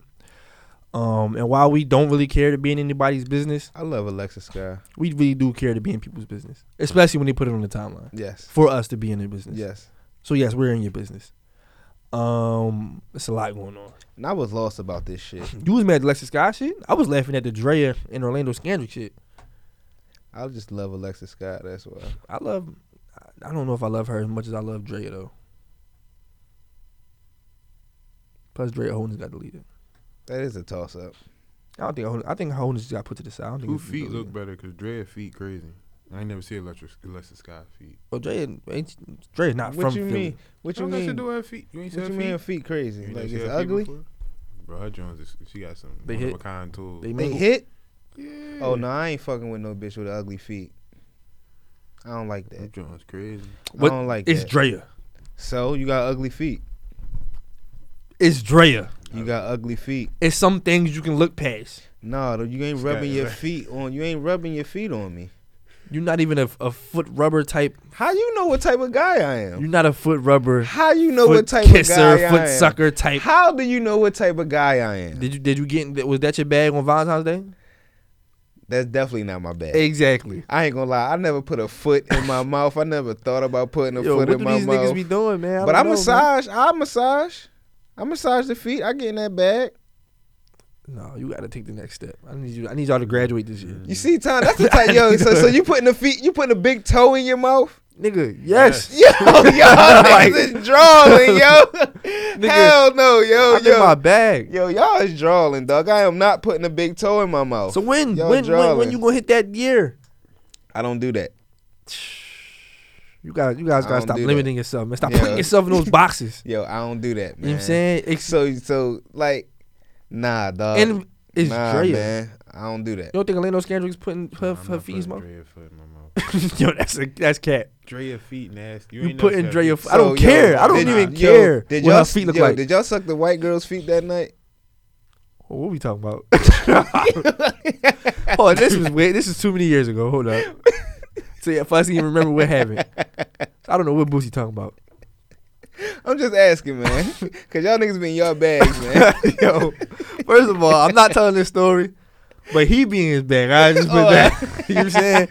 [SPEAKER 9] Um, and while we don't really care to be in anybody's business,
[SPEAKER 10] I love Alexis Sky.
[SPEAKER 9] We really do care to be in people's business, especially when they put it on the timeline.
[SPEAKER 10] Yes.
[SPEAKER 9] for us to be in their business.
[SPEAKER 10] Yes.
[SPEAKER 9] So yes, we're in your business. Um, it's a lot going on.
[SPEAKER 10] And I was lost about this shit.
[SPEAKER 9] You was mad at Alexis Scott shit. I was laughing at the Drea and Orlando Scandrick shit.
[SPEAKER 10] I just love Alexis Scott. That's why.
[SPEAKER 9] I love. I I don't know if I love her as much as I love Drea though. Plus, Drea Holden's got deleted.
[SPEAKER 10] That is a toss up.
[SPEAKER 9] I don't think. Holden, I think Holden's got put to the side. I don't think
[SPEAKER 11] Who
[SPEAKER 9] it's
[SPEAKER 11] feet
[SPEAKER 9] deleted.
[SPEAKER 11] look better? Cause Dread feet crazy. I ain't never see Electric Alexis Scott feet.
[SPEAKER 9] Oh, Drea, ain't, Drea's not
[SPEAKER 11] What
[SPEAKER 9] from
[SPEAKER 11] you
[SPEAKER 9] Philly.
[SPEAKER 11] mean?
[SPEAKER 10] What
[SPEAKER 11] Don't
[SPEAKER 10] you
[SPEAKER 11] got shit
[SPEAKER 10] mean?
[SPEAKER 11] to do with her feet. You ain't see
[SPEAKER 10] what
[SPEAKER 11] her
[SPEAKER 10] you mean
[SPEAKER 11] feet?
[SPEAKER 10] her feet crazy?
[SPEAKER 11] You ain't
[SPEAKER 10] like
[SPEAKER 11] see
[SPEAKER 10] it's
[SPEAKER 11] her feet
[SPEAKER 10] ugly.
[SPEAKER 11] before? Bro, her Jones is she got some
[SPEAKER 9] They
[SPEAKER 11] one of
[SPEAKER 9] hit.
[SPEAKER 11] a kind tools.
[SPEAKER 9] They
[SPEAKER 10] They
[SPEAKER 9] make-
[SPEAKER 10] hit. Oh no, I ain't fucking with no bitch with ugly feet. I don't like that.
[SPEAKER 11] Jones crazy.
[SPEAKER 9] What-
[SPEAKER 10] I don't like
[SPEAKER 9] it's
[SPEAKER 10] that.
[SPEAKER 9] Drea.
[SPEAKER 10] So you got ugly feet.
[SPEAKER 9] It's Drea.
[SPEAKER 10] You got ugly feet.
[SPEAKER 9] It's some things you can look past.
[SPEAKER 10] No, you ain't
[SPEAKER 9] got-
[SPEAKER 10] rubbing your feet on. You ain't rubbing your feet on me.
[SPEAKER 9] You're not even a, a foot rubber type.
[SPEAKER 10] How you know what type of guy I am?
[SPEAKER 9] You're not a foot rubber.
[SPEAKER 10] How you know
[SPEAKER 9] foot
[SPEAKER 10] what type
[SPEAKER 9] kisser,
[SPEAKER 10] of guy
[SPEAKER 9] foot
[SPEAKER 10] I am?
[SPEAKER 9] sucker type?
[SPEAKER 10] How do you know what type of guy I am?
[SPEAKER 9] Did you did you get was that your bag on Valentine's Day?
[SPEAKER 10] That's definitely not my bag.
[SPEAKER 9] Exactly.
[SPEAKER 10] I ain't gonna lie. I never put a foot in my mouth. I never thought about putting a
[SPEAKER 9] Yo,
[SPEAKER 10] foot
[SPEAKER 9] what
[SPEAKER 10] in
[SPEAKER 9] do
[SPEAKER 10] my
[SPEAKER 9] these
[SPEAKER 10] mouth.
[SPEAKER 9] niggas be doing, man? I
[SPEAKER 10] but I
[SPEAKER 9] don't know,
[SPEAKER 10] massage. I massage. I massage the feet. I get in that bag.
[SPEAKER 9] No, you gotta take the next step. I need you. I need y'all to graduate this year.
[SPEAKER 10] You see, Tom, that's the type. Yo, so, so you putting the feet, you putting a big toe in your mouth?
[SPEAKER 9] Nigga, yes.
[SPEAKER 10] Yo, y'all
[SPEAKER 9] Like-
[SPEAKER 10] niggas is drawing, yo.
[SPEAKER 9] Nigga,
[SPEAKER 10] Hell no, yo,
[SPEAKER 9] I
[SPEAKER 10] yo.
[SPEAKER 9] get my bag.
[SPEAKER 10] Yo, y'all is drawing, dog. I am not putting a big toe in my mouth.
[SPEAKER 9] So when
[SPEAKER 10] Y'all
[SPEAKER 9] when, when when
[SPEAKER 10] drawing.
[SPEAKER 9] you gonna hit that year?
[SPEAKER 10] I don't do that.
[SPEAKER 9] You guys, you guys
[SPEAKER 10] I
[SPEAKER 9] gotta
[SPEAKER 10] don't
[SPEAKER 9] stop
[SPEAKER 10] do
[SPEAKER 9] limiting
[SPEAKER 10] that.
[SPEAKER 9] yourself, man. Stop
[SPEAKER 10] Yeah.
[SPEAKER 9] putting yourself in those boxes.
[SPEAKER 10] Yo, I don't do that, man.
[SPEAKER 9] You know what I'm saying? Ex-
[SPEAKER 10] so, so like, nah, dog.
[SPEAKER 9] And it's
[SPEAKER 10] nah,
[SPEAKER 9] Drea.
[SPEAKER 10] man. I don't do that.
[SPEAKER 9] You don't think Orlando Scandrick's putting her, her feet in his mouth? Yo, that's a, that's cat.
[SPEAKER 11] Drea feet nasty.
[SPEAKER 9] You
[SPEAKER 11] ain't
[SPEAKER 9] putting
[SPEAKER 11] never seen her
[SPEAKER 9] Drea
[SPEAKER 11] feet.
[SPEAKER 9] f- I don't
[SPEAKER 10] yo,
[SPEAKER 9] care. I don't even
[SPEAKER 10] yo,
[SPEAKER 9] care
[SPEAKER 10] did
[SPEAKER 9] what
[SPEAKER 10] y'all
[SPEAKER 9] her feet look
[SPEAKER 10] yo,
[SPEAKER 9] like.
[SPEAKER 10] Did y'all suck the white girl's feet that night?
[SPEAKER 9] Oh, what we talking about? oh, this was weird. This is too many years ago. Hold up. So yeah, if I can even remember what happened, I don't know what Boosie talking about.
[SPEAKER 10] I'm just asking, man, because y'all niggas been y'all bags, man.
[SPEAKER 9] Yo, first of all, I'm not telling this story, but he being his back. I just went
[SPEAKER 10] Oh,
[SPEAKER 9] back. you know what I'm saying?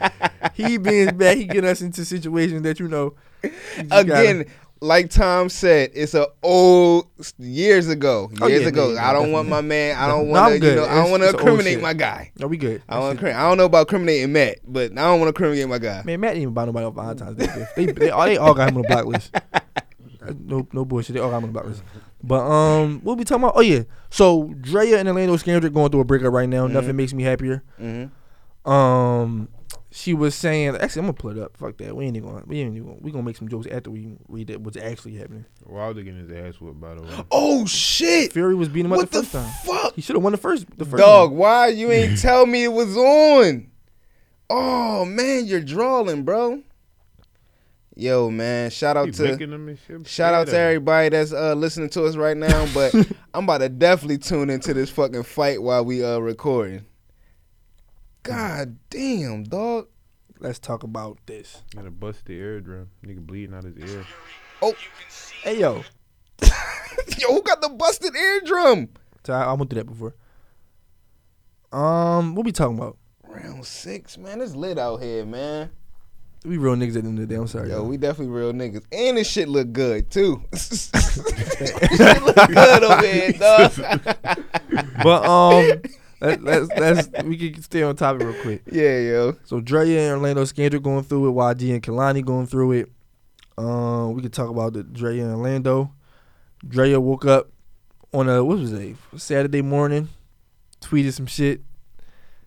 [SPEAKER 9] He being his back, he getting us into situations that you know. you just gotta-
[SPEAKER 10] Again, like Tom said, it's a old years ago. Years
[SPEAKER 9] Oh, yeah,
[SPEAKER 10] ago,
[SPEAKER 9] yeah, yeah,
[SPEAKER 10] I don't
[SPEAKER 9] definitely.
[SPEAKER 10] want my man. I don't
[SPEAKER 9] No,
[SPEAKER 10] want
[SPEAKER 9] I'm
[SPEAKER 10] to. You
[SPEAKER 9] good.
[SPEAKER 10] know, I
[SPEAKER 9] It's-
[SPEAKER 10] don't want to
[SPEAKER 9] it's old
[SPEAKER 10] incriminate
[SPEAKER 9] shit.
[SPEAKER 10] my guy.
[SPEAKER 9] no, we good.
[SPEAKER 10] I don't. I don't know about criminating Matt, but I don't want to criminate my guy.
[SPEAKER 9] Man, Matt didn't even buy nobody on Valentine's Day. gift. They, they, all, they all got him on the blacklist. No, no bullshit. They all got him on the blacklist. But um, what we talking about? Oh yeah, so Drea and Orlando Scandrick going through a breakup right
[SPEAKER 10] Mm-hmm.
[SPEAKER 9] now. Nothing makes me happier. Um, she was saying, actually, I'm gonna pull it up. Fuck that. We ain't even gonna. We ain't even gonna. We gonna make some jokes after we read it, what's actually happening.
[SPEAKER 11] Wilder getting his ass whipped by the way.
[SPEAKER 10] Oh shit!
[SPEAKER 9] Fury was beating him up
[SPEAKER 10] What
[SPEAKER 9] the
[SPEAKER 10] the
[SPEAKER 9] first time. Fuck. He should have won the first. The first
[SPEAKER 10] Dog,
[SPEAKER 9] one.
[SPEAKER 10] why you ain't tell me it was on? Oh man, you're drawing, bro. Yo, man, shout out
[SPEAKER 11] He making them
[SPEAKER 10] to
[SPEAKER 11] and shit.
[SPEAKER 10] shout out
[SPEAKER 11] Yeah,
[SPEAKER 10] to
[SPEAKER 11] that-
[SPEAKER 10] everybody that's uh listening to us right now. But I'm about to definitely tune into this fucking fight while we uh recording. God damn, dog.
[SPEAKER 9] Let's talk about this.
[SPEAKER 11] Got a busted eardrum. Nigga bleeding out his ear.
[SPEAKER 9] Hey yo,
[SPEAKER 10] Yo, who got the busted eardrum?
[SPEAKER 9] so I, I went through that before. Um, what we talking about?
[SPEAKER 10] Round six, man. It's lit out here, man.
[SPEAKER 9] We real niggas at the end of the day. I'm sorry.
[SPEAKER 10] Yo, we definitely real niggas. And this shit look good too. shit look good over here, dog.
[SPEAKER 9] but um, let, let's let's we can stay on topic real quick.
[SPEAKER 10] Yeah, yo.
[SPEAKER 9] So Dre and Orlando Scandrick going through it. YG and Kalani going through it. Um, we could talk about the Dre and Orlando. Dre woke up on a what was it Saturday morning, tweeted some shit,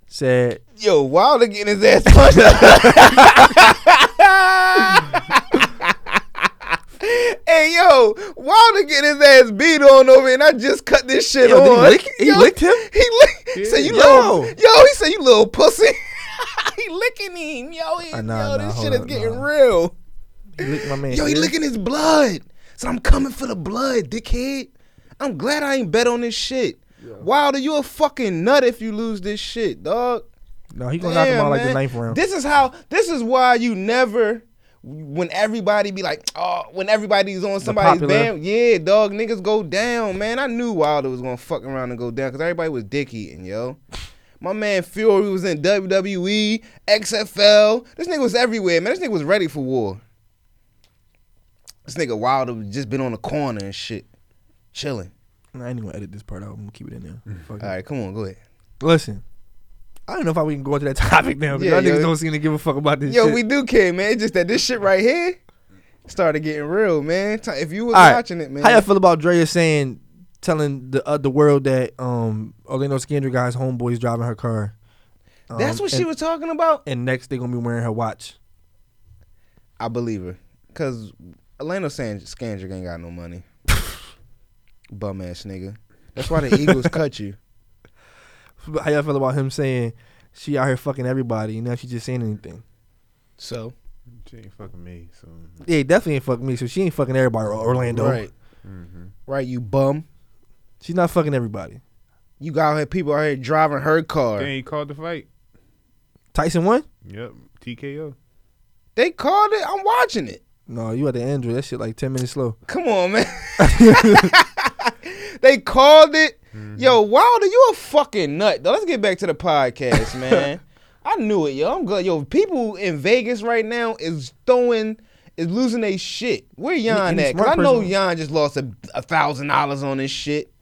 [SPEAKER 9] said
[SPEAKER 10] Yo, Wilder getting his ass punched. hey, yo, Wilder getting his ass beat on over, here, and I just cut this shit
[SPEAKER 9] Yo, did he
[SPEAKER 10] on.
[SPEAKER 9] lick- he licked him?
[SPEAKER 10] He licked. He said, "You
[SPEAKER 9] Yeah.
[SPEAKER 10] little,
[SPEAKER 9] Yo.
[SPEAKER 10] yo." He said, "You little pussy." he licking him, yo. He,
[SPEAKER 9] Ah, nah, nah,
[SPEAKER 10] yo, this
[SPEAKER 9] hold
[SPEAKER 10] shit is
[SPEAKER 9] up,
[SPEAKER 10] getting real.
[SPEAKER 9] he licked my man.
[SPEAKER 10] Yo, he
[SPEAKER 9] ear.
[SPEAKER 10] licking his blood. So I'm coming for the blood, dickhead. I'm glad I ain't bet on this shit. Wilder, you a fucking nut if you lose this shit, dog.
[SPEAKER 9] No, he gonna knock him
[SPEAKER 10] Damn,
[SPEAKER 9] out like the
[SPEAKER 10] man.
[SPEAKER 9] ninth round.
[SPEAKER 10] This is how. This is why you never. When everybody be like, oh, when everybody's on somebody's
[SPEAKER 9] popular.
[SPEAKER 10] band, yeah, dog, niggas go down, man. I knew Wilder was gonna fuck around and go down because everybody was dick eating, yo. My man Fury was in E, WWE, XFL. This nigga was everywhere, man. This nigga was ready for war. This nigga Wilder just been on the corner and shit, chilling.
[SPEAKER 9] Nah, I ain't gonna edit this part out. I'm gonna keep it in there. Fuck it.
[SPEAKER 10] Mm. All right, come on, go ahead.
[SPEAKER 9] Listen, I don't know if I we can go into that topic now. But
[SPEAKER 10] Yeah,
[SPEAKER 9] y'all
[SPEAKER 10] yo.
[SPEAKER 9] niggas don't seem to give a fuck about this.
[SPEAKER 10] Yo,
[SPEAKER 9] shit.
[SPEAKER 10] we do care, man. It's just that this shit right here started getting real, man. T- If you was
[SPEAKER 9] All right.
[SPEAKER 10] watching it, man.
[SPEAKER 9] How y'all feel about Drea saying, telling the uh, the world that um Orlando Scandrick got his homeboys driving her car? Um,
[SPEAKER 10] That's what she
[SPEAKER 9] and-
[SPEAKER 10] was talking about.
[SPEAKER 9] And next they gonna be wearing her watch.
[SPEAKER 10] I believe her, cause Orlando San- Scandrick ain't got no money. Bum ass nigga. That's why the Eagles cut you.
[SPEAKER 9] How y'all feel about him saying she out here fucking everybody and now she just saying anything?
[SPEAKER 10] So
[SPEAKER 11] she ain't fucking me. So
[SPEAKER 9] Yeah, definitely ain't fucking me. So she ain't fucking everybody. Or- Orlando,
[SPEAKER 10] Right. Right, you bum.
[SPEAKER 9] She's not fucking everybody.
[SPEAKER 10] You got out here people out here driving her car.
[SPEAKER 11] Then he called the fight.
[SPEAKER 9] Tyson won.
[SPEAKER 11] Yep, TKO.
[SPEAKER 10] They called it. I'm watching it.
[SPEAKER 9] No, you at the Andrew. That shit like ten minutes slow.
[SPEAKER 10] Come on, man. they called it. Yo, Wilder, you a fucking nut. Though. Let's get back to the podcast, man. I knew it, yo. I'm good. Yo, people in Vegas right now is throwing, is losing their shit. Where Yan
[SPEAKER 9] any
[SPEAKER 10] at? Because
[SPEAKER 9] smart
[SPEAKER 10] I know
[SPEAKER 9] person-
[SPEAKER 10] Yan just lost a a thousand dollars on this shit.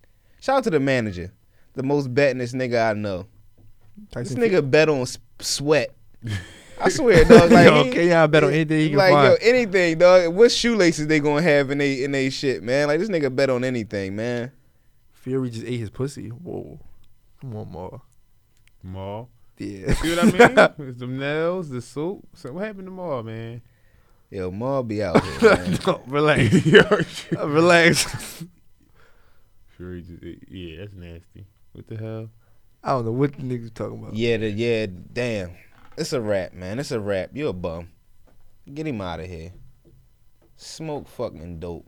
[SPEAKER 10] Shout out to the manager, the most bettingest nigga I know.
[SPEAKER 9] Tyson
[SPEAKER 10] this nigga bet on s- sweat. I swear, dog. Like,
[SPEAKER 9] Yo,
[SPEAKER 10] he-
[SPEAKER 9] okay, yeah, I bet on anything he can
[SPEAKER 10] like
[SPEAKER 9] find.
[SPEAKER 10] yo, anything, dog. What shoelaces they gonna have in they in they shit, man? Like this nigga bet on anything, man.
[SPEAKER 9] Fury just ate his pussy. Whoa, come on, Ma.
[SPEAKER 11] Maul.
[SPEAKER 9] Yeah.
[SPEAKER 11] See what I mean? it's the nails, the soup. So what happened to Maul, man?
[SPEAKER 10] Yo, Maul be out here. Man.
[SPEAKER 9] No, relax. relax.
[SPEAKER 11] Fury just, yeah, that's nasty. What the hell?
[SPEAKER 9] I don't know what the niggas talking about.
[SPEAKER 10] yeah, the, yeah. Damn, it's a rap, man. It's a rap. You a bum. Get him out of here. Smoke fucking dope.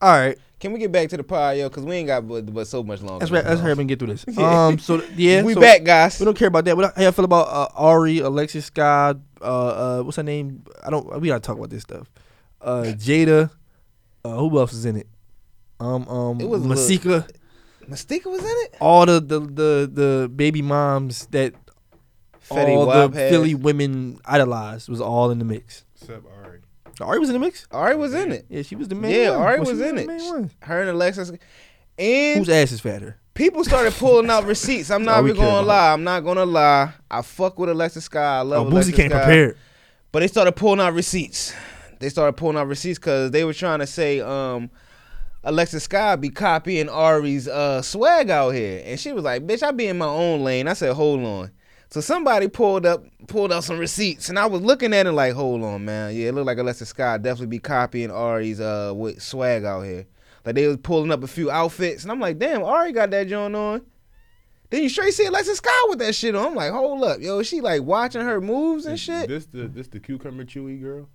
[SPEAKER 9] All right.
[SPEAKER 10] Can we get back to the pod, yo? Cause we ain't got but, but so much longer.
[SPEAKER 9] Let's, ra- let's hurry up and get through this.
[SPEAKER 10] Yeah.
[SPEAKER 9] Um, so th- yeah,
[SPEAKER 10] we
[SPEAKER 9] so
[SPEAKER 10] back, guys.
[SPEAKER 9] We don't care about that. What, how y'all feel about uh, Ari, Alexis Scott? Uh, uh, what's her name? I don't. We gotta talk about this stuff. Uh, Jada. Uh, who else is in it? Um, um,
[SPEAKER 10] It was a little-
[SPEAKER 9] Masika.
[SPEAKER 10] Mastika was in it.
[SPEAKER 9] all the, the the the baby moms that
[SPEAKER 10] Fetty
[SPEAKER 9] all
[SPEAKER 10] Wap
[SPEAKER 9] the
[SPEAKER 10] had.
[SPEAKER 9] Philly women idolized was all in the mix.
[SPEAKER 11] Sub Ari.
[SPEAKER 9] Ari was in the mix.
[SPEAKER 10] Ari was in it.
[SPEAKER 9] Yeah, she was the main.
[SPEAKER 10] yeah,
[SPEAKER 9] one.
[SPEAKER 10] Ari
[SPEAKER 9] Well,
[SPEAKER 10] was,
[SPEAKER 9] she
[SPEAKER 10] in
[SPEAKER 9] the
[SPEAKER 10] it.
[SPEAKER 9] main
[SPEAKER 10] Sh-
[SPEAKER 9] one.
[SPEAKER 10] Her and Alexis. And
[SPEAKER 9] Whose ass is fatter?
[SPEAKER 10] people started pulling out receipts. I'm not
[SPEAKER 9] All we
[SPEAKER 10] even gonna
[SPEAKER 9] care about.
[SPEAKER 10] lie. I'm not gonna lie. I fuck with Alexa Sky. I love
[SPEAKER 9] Oh, Boosie
[SPEAKER 10] Alexis
[SPEAKER 9] came
[SPEAKER 10] Sky.
[SPEAKER 9] prepared.
[SPEAKER 10] But they started pulling out receipts. They started pulling out receipts because they were trying to say um, Alexa Sky be copying Ari's uh, swag out here, and she was like, "Bitch, I be in my own lane." I said, "Hold on." So somebody pulled up pulled out some receipts, and I was looking at it like, "Hold on, man. Yeah, it looked like Alexa Sky definitely be copying Ari's uh, with swag out here." Like they was pulling up a few outfits, and I'm like, "Damn, Ari got that joint on." Then you straight see Alexa Sky with that shit on. I'm like, "Hold up, yo, she like watching her moves and shit."
[SPEAKER 11] This the this the cucumber chewy girl.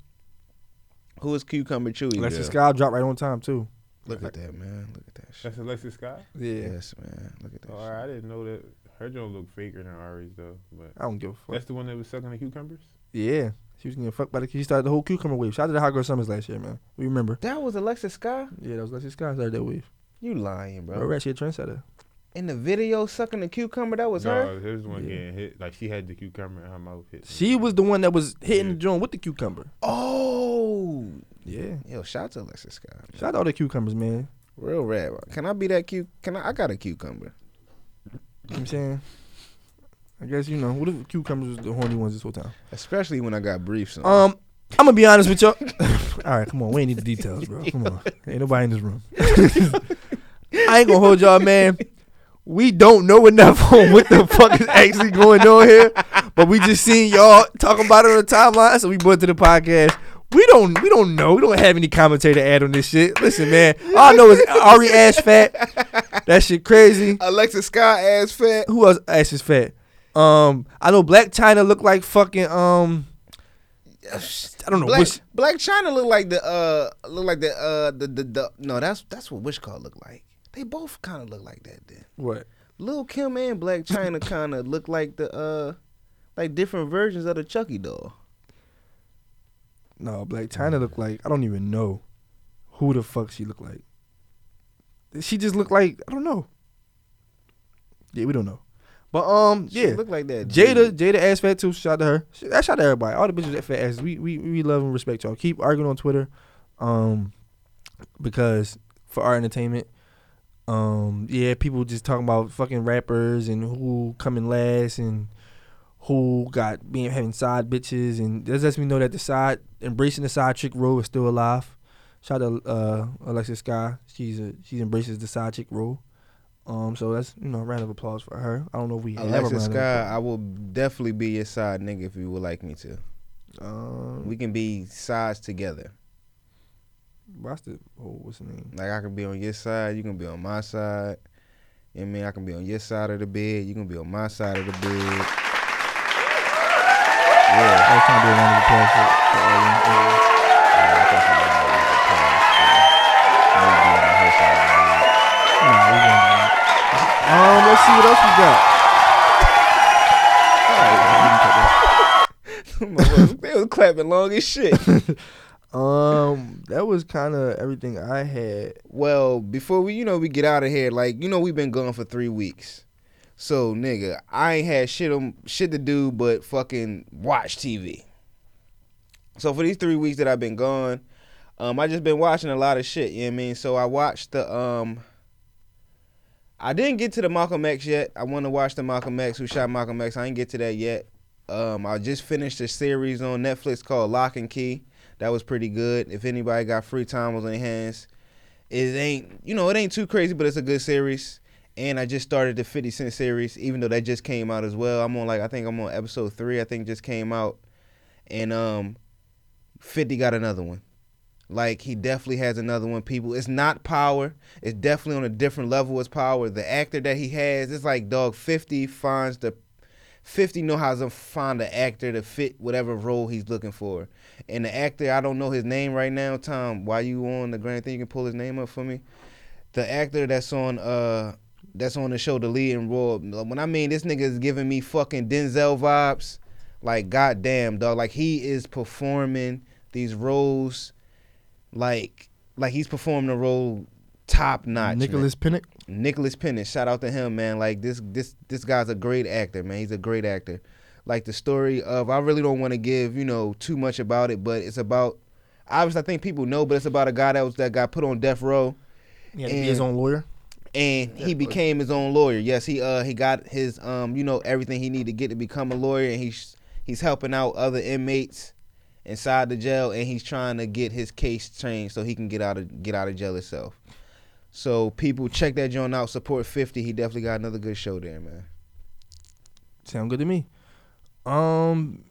[SPEAKER 10] Who is Cucumber Chewy?
[SPEAKER 9] Alexis
[SPEAKER 10] girl?
[SPEAKER 9] Scott dropped right on time too.
[SPEAKER 10] Look at that, man. Look at that shit.
[SPEAKER 11] That's Alexis Scott.
[SPEAKER 9] Yeah.
[SPEAKER 10] Yes, man. Look at that.
[SPEAKER 11] Oh, I didn't know that. Her joint look faker than Ari's though. But
[SPEAKER 9] I don't give a fuck.
[SPEAKER 11] That's the one that was sucking the cucumbers.
[SPEAKER 9] Yeah, she was getting fucked by the. She started the whole cucumber wave. Shout out to the Hot Girl Summers last year, man. We remember.
[SPEAKER 10] That was Alexis Sky?
[SPEAKER 9] Yeah, that was Alexis Scott started that wave.
[SPEAKER 10] You lying, bro.
[SPEAKER 9] Bro, that shit trendsetter.
[SPEAKER 10] in the video sucking the cucumber. That was her.
[SPEAKER 11] No, his one getting hit. Like she had the cucumber in her mouth hit.
[SPEAKER 9] She was the one that was hitting the joint with the cucumber.
[SPEAKER 10] Oh.
[SPEAKER 9] Yeah.
[SPEAKER 10] Yo, shout out to Alexis Scott.
[SPEAKER 9] Shout out all the cucumbers, man.
[SPEAKER 10] Real rap. Can I be that cute? Can I? I got a cucumber.
[SPEAKER 9] You know what I'm saying? I guess you know. What if cucumbers was the horny ones this whole time?
[SPEAKER 10] Especially when I got briefs on.
[SPEAKER 9] Um, I'm gonna be honest with y'all. All right, come on, we ain't need the details, bro. Come on, ain't nobody in this room. I ain't gonna hold y'all, man. We don't know enough on what the fuck is actually going on here, but we just seen y'all talking about it on the timeline, so we brought it to the podcast. We don't, we don't know. We don't have any commentary to add on this shit. Listen, man, all I know is Ari ass fat. That shit crazy.
[SPEAKER 10] Alexis Scott ass fat.
[SPEAKER 9] Who else ass is fat? Um, I know Black China look like fucking um. I don't know.
[SPEAKER 10] Black,
[SPEAKER 9] which,
[SPEAKER 10] Black China look like the uh look like the uh the the, the no that's that's what Wish Call look like. They both kind of look like that then.
[SPEAKER 9] What?
[SPEAKER 10] Lil Kim and Black China kind of look like the uh like different versions of the Chucky doll.
[SPEAKER 9] No, Black China look like I don't even know who the fuck she look like. She just look like I don't know. Yeah, we don't know. But um,
[SPEAKER 10] She
[SPEAKER 9] yeah,
[SPEAKER 10] look like that
[SPEAKER 9] Jada, Jada ass fat too. Shout out to her. Sh- Shout out to everybody. All the bitches that fat ass. We we we love and respect y'all. Keep arguing on Twitter, um, because for our entertainment, um, yeah, people just talking about fucking rappers and who coming last and who got being having side bitches and that lets me know that the side embracing the side chick role is still alive. Shout out to uh, Alexis Sky. She's a she embraces the side chick role. Um, so that's you know a round of applause for her. I don't know if we have a round
[SPEAKER 10] Alexis
[SPEAKER 9] of
[SPEAKER 10] Sky, I will definitely be your side nigga if you would like me to.
[SPEAKER 9] Um,
[SPEAKER 10] we can be sides together.
[SPEAKER 9] What's the oh, what's the name?
[SPEAKER 10] Like I can be on your side, you can be on my side. You know what I mean, I can be on your side of the bed, you can be on my side of the bed. Yeah.
[SPEAKER 9] I was trying to do a round of applause for, for Ellen earlier. Nah, we won't do that. Um, let's see what else we got.
[SPEAKER 10] they was clapping long as shit.
[SPEAKER 9] um, that was kind of everything I had.
[SPEAKER 10] Well, before we, you know, we get out of here, like you know, we've been gone for three weeks. So nigga, I ain't had shit on shit to do but fucking watch TV. So for these three weeks that I've been gone, um, I just been watching a lot of shit. You know what I mean? So I watched the um. I didn't get to the Malcolm X yet. I want to watch the Malcolm X who shot Malcolm X. I ain't get to that yet. Um, I just finished a series on Netflix called Lock and Key. That was pretty good. If anybody got free time on their hands, it ain't you know it ain't too crazy, but it's a good series. And I just started the Fifty Cent series, even though that just came out as well. I'm on like I think I'm on episode three. I think just came out, and um, Fifty got another one. Like he definitely has another one. People, it's not power. It's definitely on a different level as power. The actor that he has, it's like dog. Fifty finds the Fifty know how to find the actor to fit whatever role he's looking for. And the actor, I don't know his name right now. Tom, why you on the grand thing? You can pull his name up for me. The actor that's on uh that's on the show, the lead in role. When I mean this nigga is giving me fucking Denzel vibes. Like goddamn dog, like he is performing these roles like like he's performing a role top notch.
[SPEAKER 9] Nicholas Pinnock.
[SPEAKER 10] Nicholas Pennant, shout out to him, man. Like this this this guy's a great actor, man. He's a great actor. Like the story of I really don't want to give, you know, too much about it, but it's about obviously I think people know, but it's about a guy that was that got put on death row.
[SPEAKER 9] He had to be his own lawyer.
[SPEAKER 10] And he became his own lawyer. Yes, he uh he got his um, you know, everything he needed to get to become a lawyer and he's he's helping out other inmates inside the jail and he's trying to get his case changed so he can get out of get out of jail itself. So people check that joint out. Support fifty. He definitely got another good show there, man.
[SPEAKER 9] Sound good to me. Um,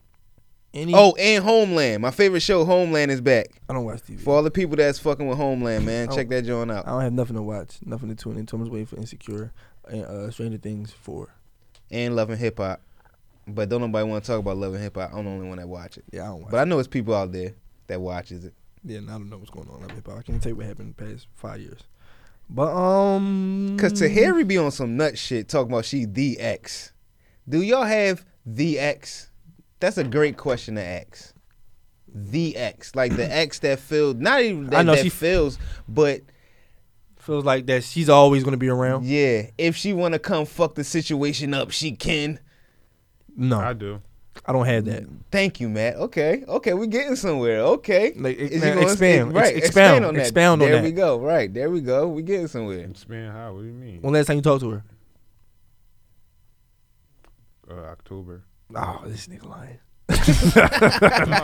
[SPEAKER 9] any
[SPEAKER 10] oh, and Homeland. My favorite show, Homeland, is back.
[SPEAKER 9] I don't watch TV.
[SPEAKER 10] For all the people that's fucking with Homeland, man,
[SPEAKER 9] I
[SPEAKER 10] check
[SPEAKER 9] don't-
[SPEAKER 10] that joint out.
[SPEAKER 9] I don't have nothing to watch, nothing to tune in. Tom's waiting for Insecure and uh, Stranger Things four.
[SPEAKER 10] And Love and Hip Hop. But don't nobody want to talk about Love and Hip Hop. I'm the only one that watch it.
[SPEAKER 9] Yeah, I don't watch
[SPEAKER 10] But I know it's people out there that watches it.
[SPEAKER 9] Yeah, and I don't know what's going on with hip hop. I can't tell you what happened in the past five years. But um,
[SPEAKER 10] Cause Tahiri be on some nut shit talking about she the X. Do y'all have the X? That's a great question to ask. The X, like the X that feels not even that,
[SPEAKER 9] I know
[SPEAKER 10] that
[SPEAKER 9] she-
[SPEAKER 10] feels, but
[SPEAKER 9] Feels like that she's always gonna be around.
[SPEAKER 10] Yeah. If she want to come fuck the situation up, she can.
[SPEAKER 9] No.
[SPEAKER 10] I Mm.
[SPEAKER 11] do.
[SPEAKER 9] I don't have that.
[SPEAKER 10] Thank you, Matt. Okay, okay, we're getting somewhere. Okay,
[SPEAKER 9] Like,
[SPEAKER 10] Is he
[SPEAKER 9] man,
[SPEAKER 10] gonna-
[SPEAKER 9] expand.
[SPEAKER 10] right?
[SPEAKER 9] Ex- expound.
[SPEAKER 10] on that.
[SPEAKER 9] Expound on
[SPEAKER 10] there
[SPEAKER 9] that.
[SPEAKER 10] we go. Right there we go. We're getting somewhere.
[SPEAKER 11] Expand how? What do you mean?
[SPEAKER 9] When last time you talked to her?
[SPEAKER 11] Uh, October.
[SPEAKER 9] Oh, this nigga lying.
[SPEAKER 11] no,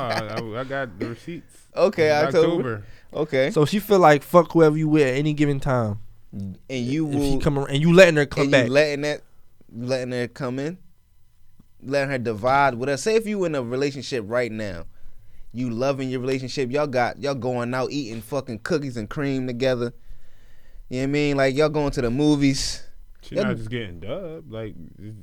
[SPEAKER 11] I, I got the receipts.
[SPEAKER 10] Okay,
[SPEAKER 11] It's
[SPEAKER 10] October. Okay,
[SPEAKER 9] So she feel like fuck whoever you with at any given time.
[SPEAKER 10] and you
[SPEAKER 9] If
[SPEAKER 10] will
[SPEAKER 9] she come around, and you letting her come
[SPEAKER 10] and
[SPEAKER 9] back.
[SPEAKER 10] You letting that, letting her come in, letting her divide with us. Say if you in a relationship right now, you loving your relationship. Y'all got y'all going out eating fucking cookies and cream together. You know what I mean? Like y'all going to the movies.
[SPEAKER 11] She
[SPEAKER 10] Y'all-
[SPEAKER 11] not just getting dubbed. Like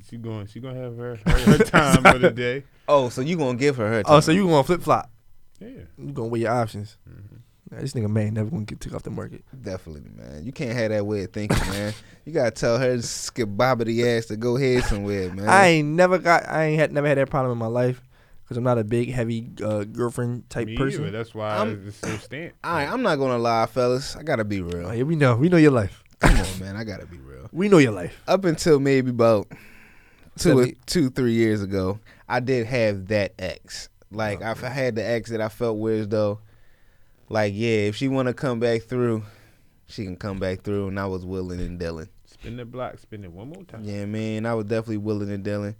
[SPEAKER 11] she going, she gonna have her her, her time for the day.
[SPEAKER 10] Oh, so you gonna give her her?
[SPEAKER 9] Oh,
[SPEAKER 10] time.
[SPEAKER 9] so you gonna flip flop?
[SPEAKER 11] Yeah.
[SPEAKER 9] You gonna weigh your options?
[SPEAKER 10] Mm-hmm.
[SPEAKER 9] Nah, this nigga man never gonna get took off the market.
[SPEAKER 10] Definitely, man. You can't have that way of thinking, man. You gotta tell her skibobbity ass to go head somewhere, man.
[SPEAKER 9] I ain't never got. I ain't had never had that problem in my life because I'm not a big heavy uh, girlfriend type
[SPEAKER 11] Me
[SPEAKER 9] person.
[SPEAKER 11] either. That's why
[SPEAKER 10] I'm-
[SPEAKER 11] it's so stamped.
[SPEAKER 10] All right, I'm not gonna lie, fellas. I gotta be real.
[SPEAKER 9] Oh, yeah, we know. We know your life.
[SPEAKER 10] Come on, man. I gotta be real.
[SPEAKER 9] We know your life.
[SPEAKER 10] Up until maybe about two, or,
[SPEAKER 9] Seventy-
[SPEAKER 10] two, three years ago, I did have that ex. Like I've had the ex that I felt weird though. Like yeah, if she wanna come back through, she can come back through, and I was willing and dealing.
[SPEAKER 11] Spin the block. Spin it one more time.
[SPEAKER 10] Yeah, man, I was definitely willing and dealing.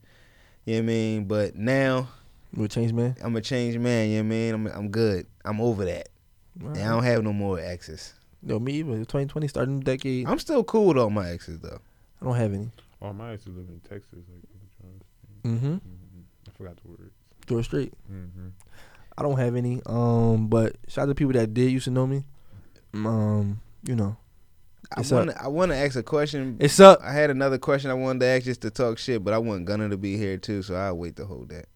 [SPEAKER 10] You know what I mean? But now
[SPEAKER 9] You a change man?
[SPEAKER 10] I'm a changed man, you know what I mean? I'm I'm good. I'm over that.
[SPEAKER 9] Wow.
[SPEAKER 10] And I don't have no more exes.
[SPEAKER 9] No, me either. 2020 starting the decade.
[SPEAKER 10] I'm still cool with all my exes though.
[SPEAKER 9] I don't have any.
[SPEAKER 11] All my exes live in Texas. Like, I'm trying to think.
[SPEAKER 9] Mhm.
[SPEAKER 11] I forgot the word.
[SPEAKER 9] George Strait.
[SPEAKER 10] Mm-hmm.
[SPEAKER 11] Mhm.
[SPEAKER 9] I don't have any. Um, but shout out to people that did used to know me. Um, you know,
[SPEAKER 10] I
[SPEAKER 9] it's up.
[SPEAKER 10] wanna I wanna ask a question.
[SPEAKER 9] It's up.
[SPEAKER 10] I had another question I wanted to ask just to talk shit, but I want Gunner to be here too, so I'll wait to hold that.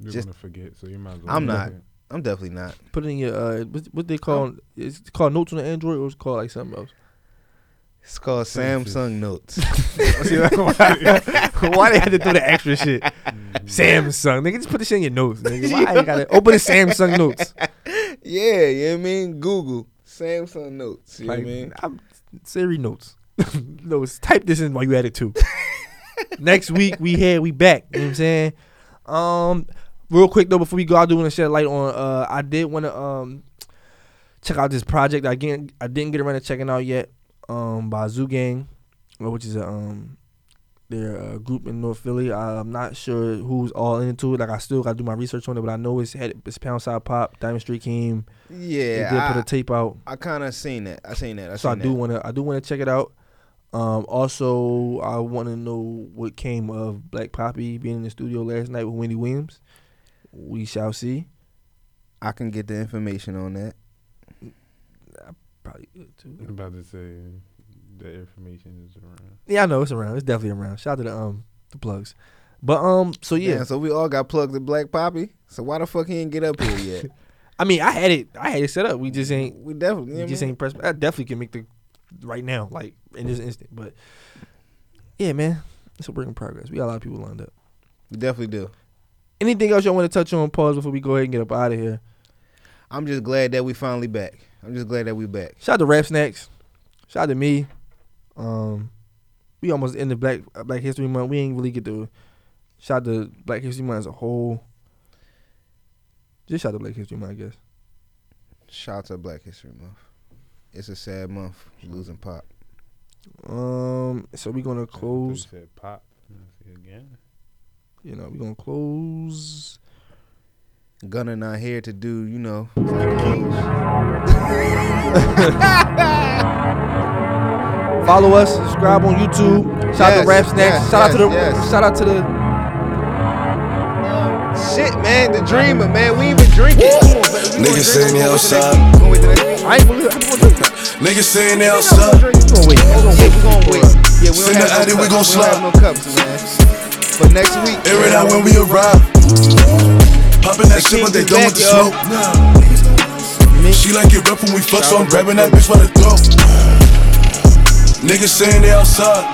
[SPEAKER 11] You're
[SPEAKER 10] Just-
[SPEAKER 11] gonna forget, so you might as well.
[SPEAKER 10] I'm not. I'm definitely not.
[SPEAKER 9] Put it in your uh, what, what they call it's called notes on the Android or it's called like something else.
[SPEAKER 10] It's called Samsung Notes.
[SPEAKER 9] See, like, why, why they had to do the extra shit? Samsung, nigga, just put this shit in your notes. Nigga. Why you gotta open the Samsung notes?
[SPEAKER 10] yeah, you know what I mean? Google. Samsung Notes. You know what I
[SPEAKER 9] Like,
[SPEAKER 10] mean?
[SPEAKER 9] I'm Siri notes. notes. Type this in while you at it too. Next week we here, we back. You know what I'm saying? Um, real quick though, before we go, I do want to shed light on. Uh, I did want to um check out this project. I get, I didn't get around to checking out yet. Um, by Zoo Gang, uh, which is a um their uh, group in North Philly. I'm not sure who's all into it. Like I still got to do my research on it, but I know it's had it's Pound Side Pop, Diamond Street King.
[SPEAKER 10] Yeah,
[SPEAKER 9] they did
[SPEAKER 10] I-
[SPEAKER 9] put a tape out
[SPEAKER 10] I kinda seen that. I seen that. I
[SPEAKER 9] so I
[SPEAKER 10] seen
[SPEAKER 9] do
[SPEAKER 10] that.
[SPEAKER 9] want to I do want to check it out. Um, also, I want to know what came of Black Poppy being in the studio last night with Wendy Williams. We shall see.
[SPEAKER 10] I can get the information on that.
[SPEAKER 9] Probably uh, good too.
[SPEAKER 11] I'm about to say the information is around.
[SPEAKER 9] Yeah, I know it's around. It's definitely around. Shout out to the um the plugs. But um, so yeah,
[SPEAKER 10] Damn, so we all got plugged in Black Poppy. So why the fuck he ain't get up here yet?
[SPEAKER 9] I mean, I had it. I had it set up. We just ain't.
[SPEAKER 10] we definitely you know
[SPEAKER 9] We
[SPEAKER 10] what I
[SPEAKER 9] just
[SPEAKER 10] mean?
[SPEAKER 9] ain't press. I definitely can make the right now, like in this instant. But yeah, man, it's a work in progress. We got a lot of people lined up.
[SPEAKER 10] We definitely do.
[SPEAKER 9] Anything else y'all want to touch on? Pause before we go ahead and get up out of here.
[SPEAKER 10] I'm just glad that we finally back. I'm just glad that we back.
[SPEAKER 9] Shout out to Rap Snacks. Shout out to me. Um, we almost in the Black uh, Black History Month. We ain't really get to shout out to Black History Month as a whole. Just shout out to Black History Month, I guess.
[SPEAKER 10] Shout out to Black History Month. It's a sad month losing pop.
[SPEAKER 9] Um, so we gonna
[SPEAKER 11] You
[SPEAKER 9] close.
[SPEAKER 11] said pop. And I said again.
[SPEAKER 9] You know, we gonna close.
[SPEAKER 10] Gunner not here to do, you know.
[SPEAKER 9] Follow us. Subscribe on YouTube. Shout out
[SPEAKER 10] Yes,
[SPEAKER 9] to Rap Snacks.
[SPEAKER 10] yes,
[SPEAKER 9] shout out to the.
[SPEAKER 10] yes, yes.
[SPEAKER 9] Shout out to the.
[SPEAKER 10] Shit, man, the dreamer, man. We even drinking. Come on, baby. We gonna
[SPEAKER 12] Niggas
[SPEAKER 10] drink
[SPEAKER 12] saying they
[SPEAKER 10] on the
[SPEAKER 12] outside.
[SPEAKER 10] next- gonna wait till next-
[SPEAKER 9] I ain't believe.
[SPEAKER 12] Niggas saying they outside.
[SPEAKER 10] Yeah, we gonna wait. Yeah,
[SPEAKER 12] In
[SPEAKER 10] we don't
[SPEAKER 12] the
[SPEAKER 10] have
[SPEAKER 12] alley,
[SPEAKER 10] no
[SPEAKER 12] we gon'
[SPEAKER 10] cups. We don't have
[SPEAKER 12] slide.
[SPEAKER 10] no cups, man. But next week,
[SPEAKER 12] Air it out when we arrive. Poppin' that shit, but they done with the smoke. She like it rough when we fuck, so I'm grabbing that bitch by the throat. Niggas saying they outside.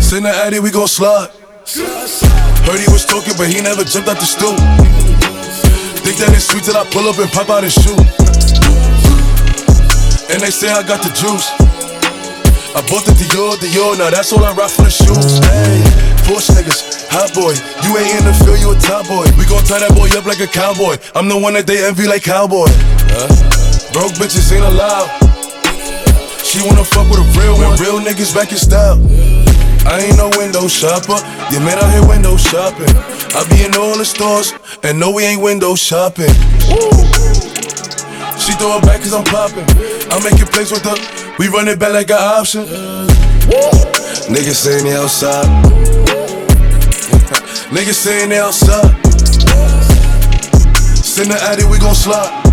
[SPEAKER 12] Send the addy, we gon' slide. Heard he was talking, but he never jumped out the stool. Think that it's sweet till I pull up and pop out and shoot. and they say I got the juice. I bought the Dior, Dior, now that's all I rock for the shoes. Hey, Porsche niggas, hot boy, you ain't in the field, you a top boy. We gon' tie that boy up like a cowboy. I'm the one that they envy like cowboy. Huh? Broke bitches ain't allowed. She wanna fuck with a real one. Real niggas back in style. I ain't no window shopper. Yeah, man, out here window shopping. I be in all the stores, and no, we ain't window shopping. She throw it back cause I'm popping. I make it plays with her. We run it back like an option. Niggas saying they outside. Niggas saying they outside. Send the addy, we gon' slide.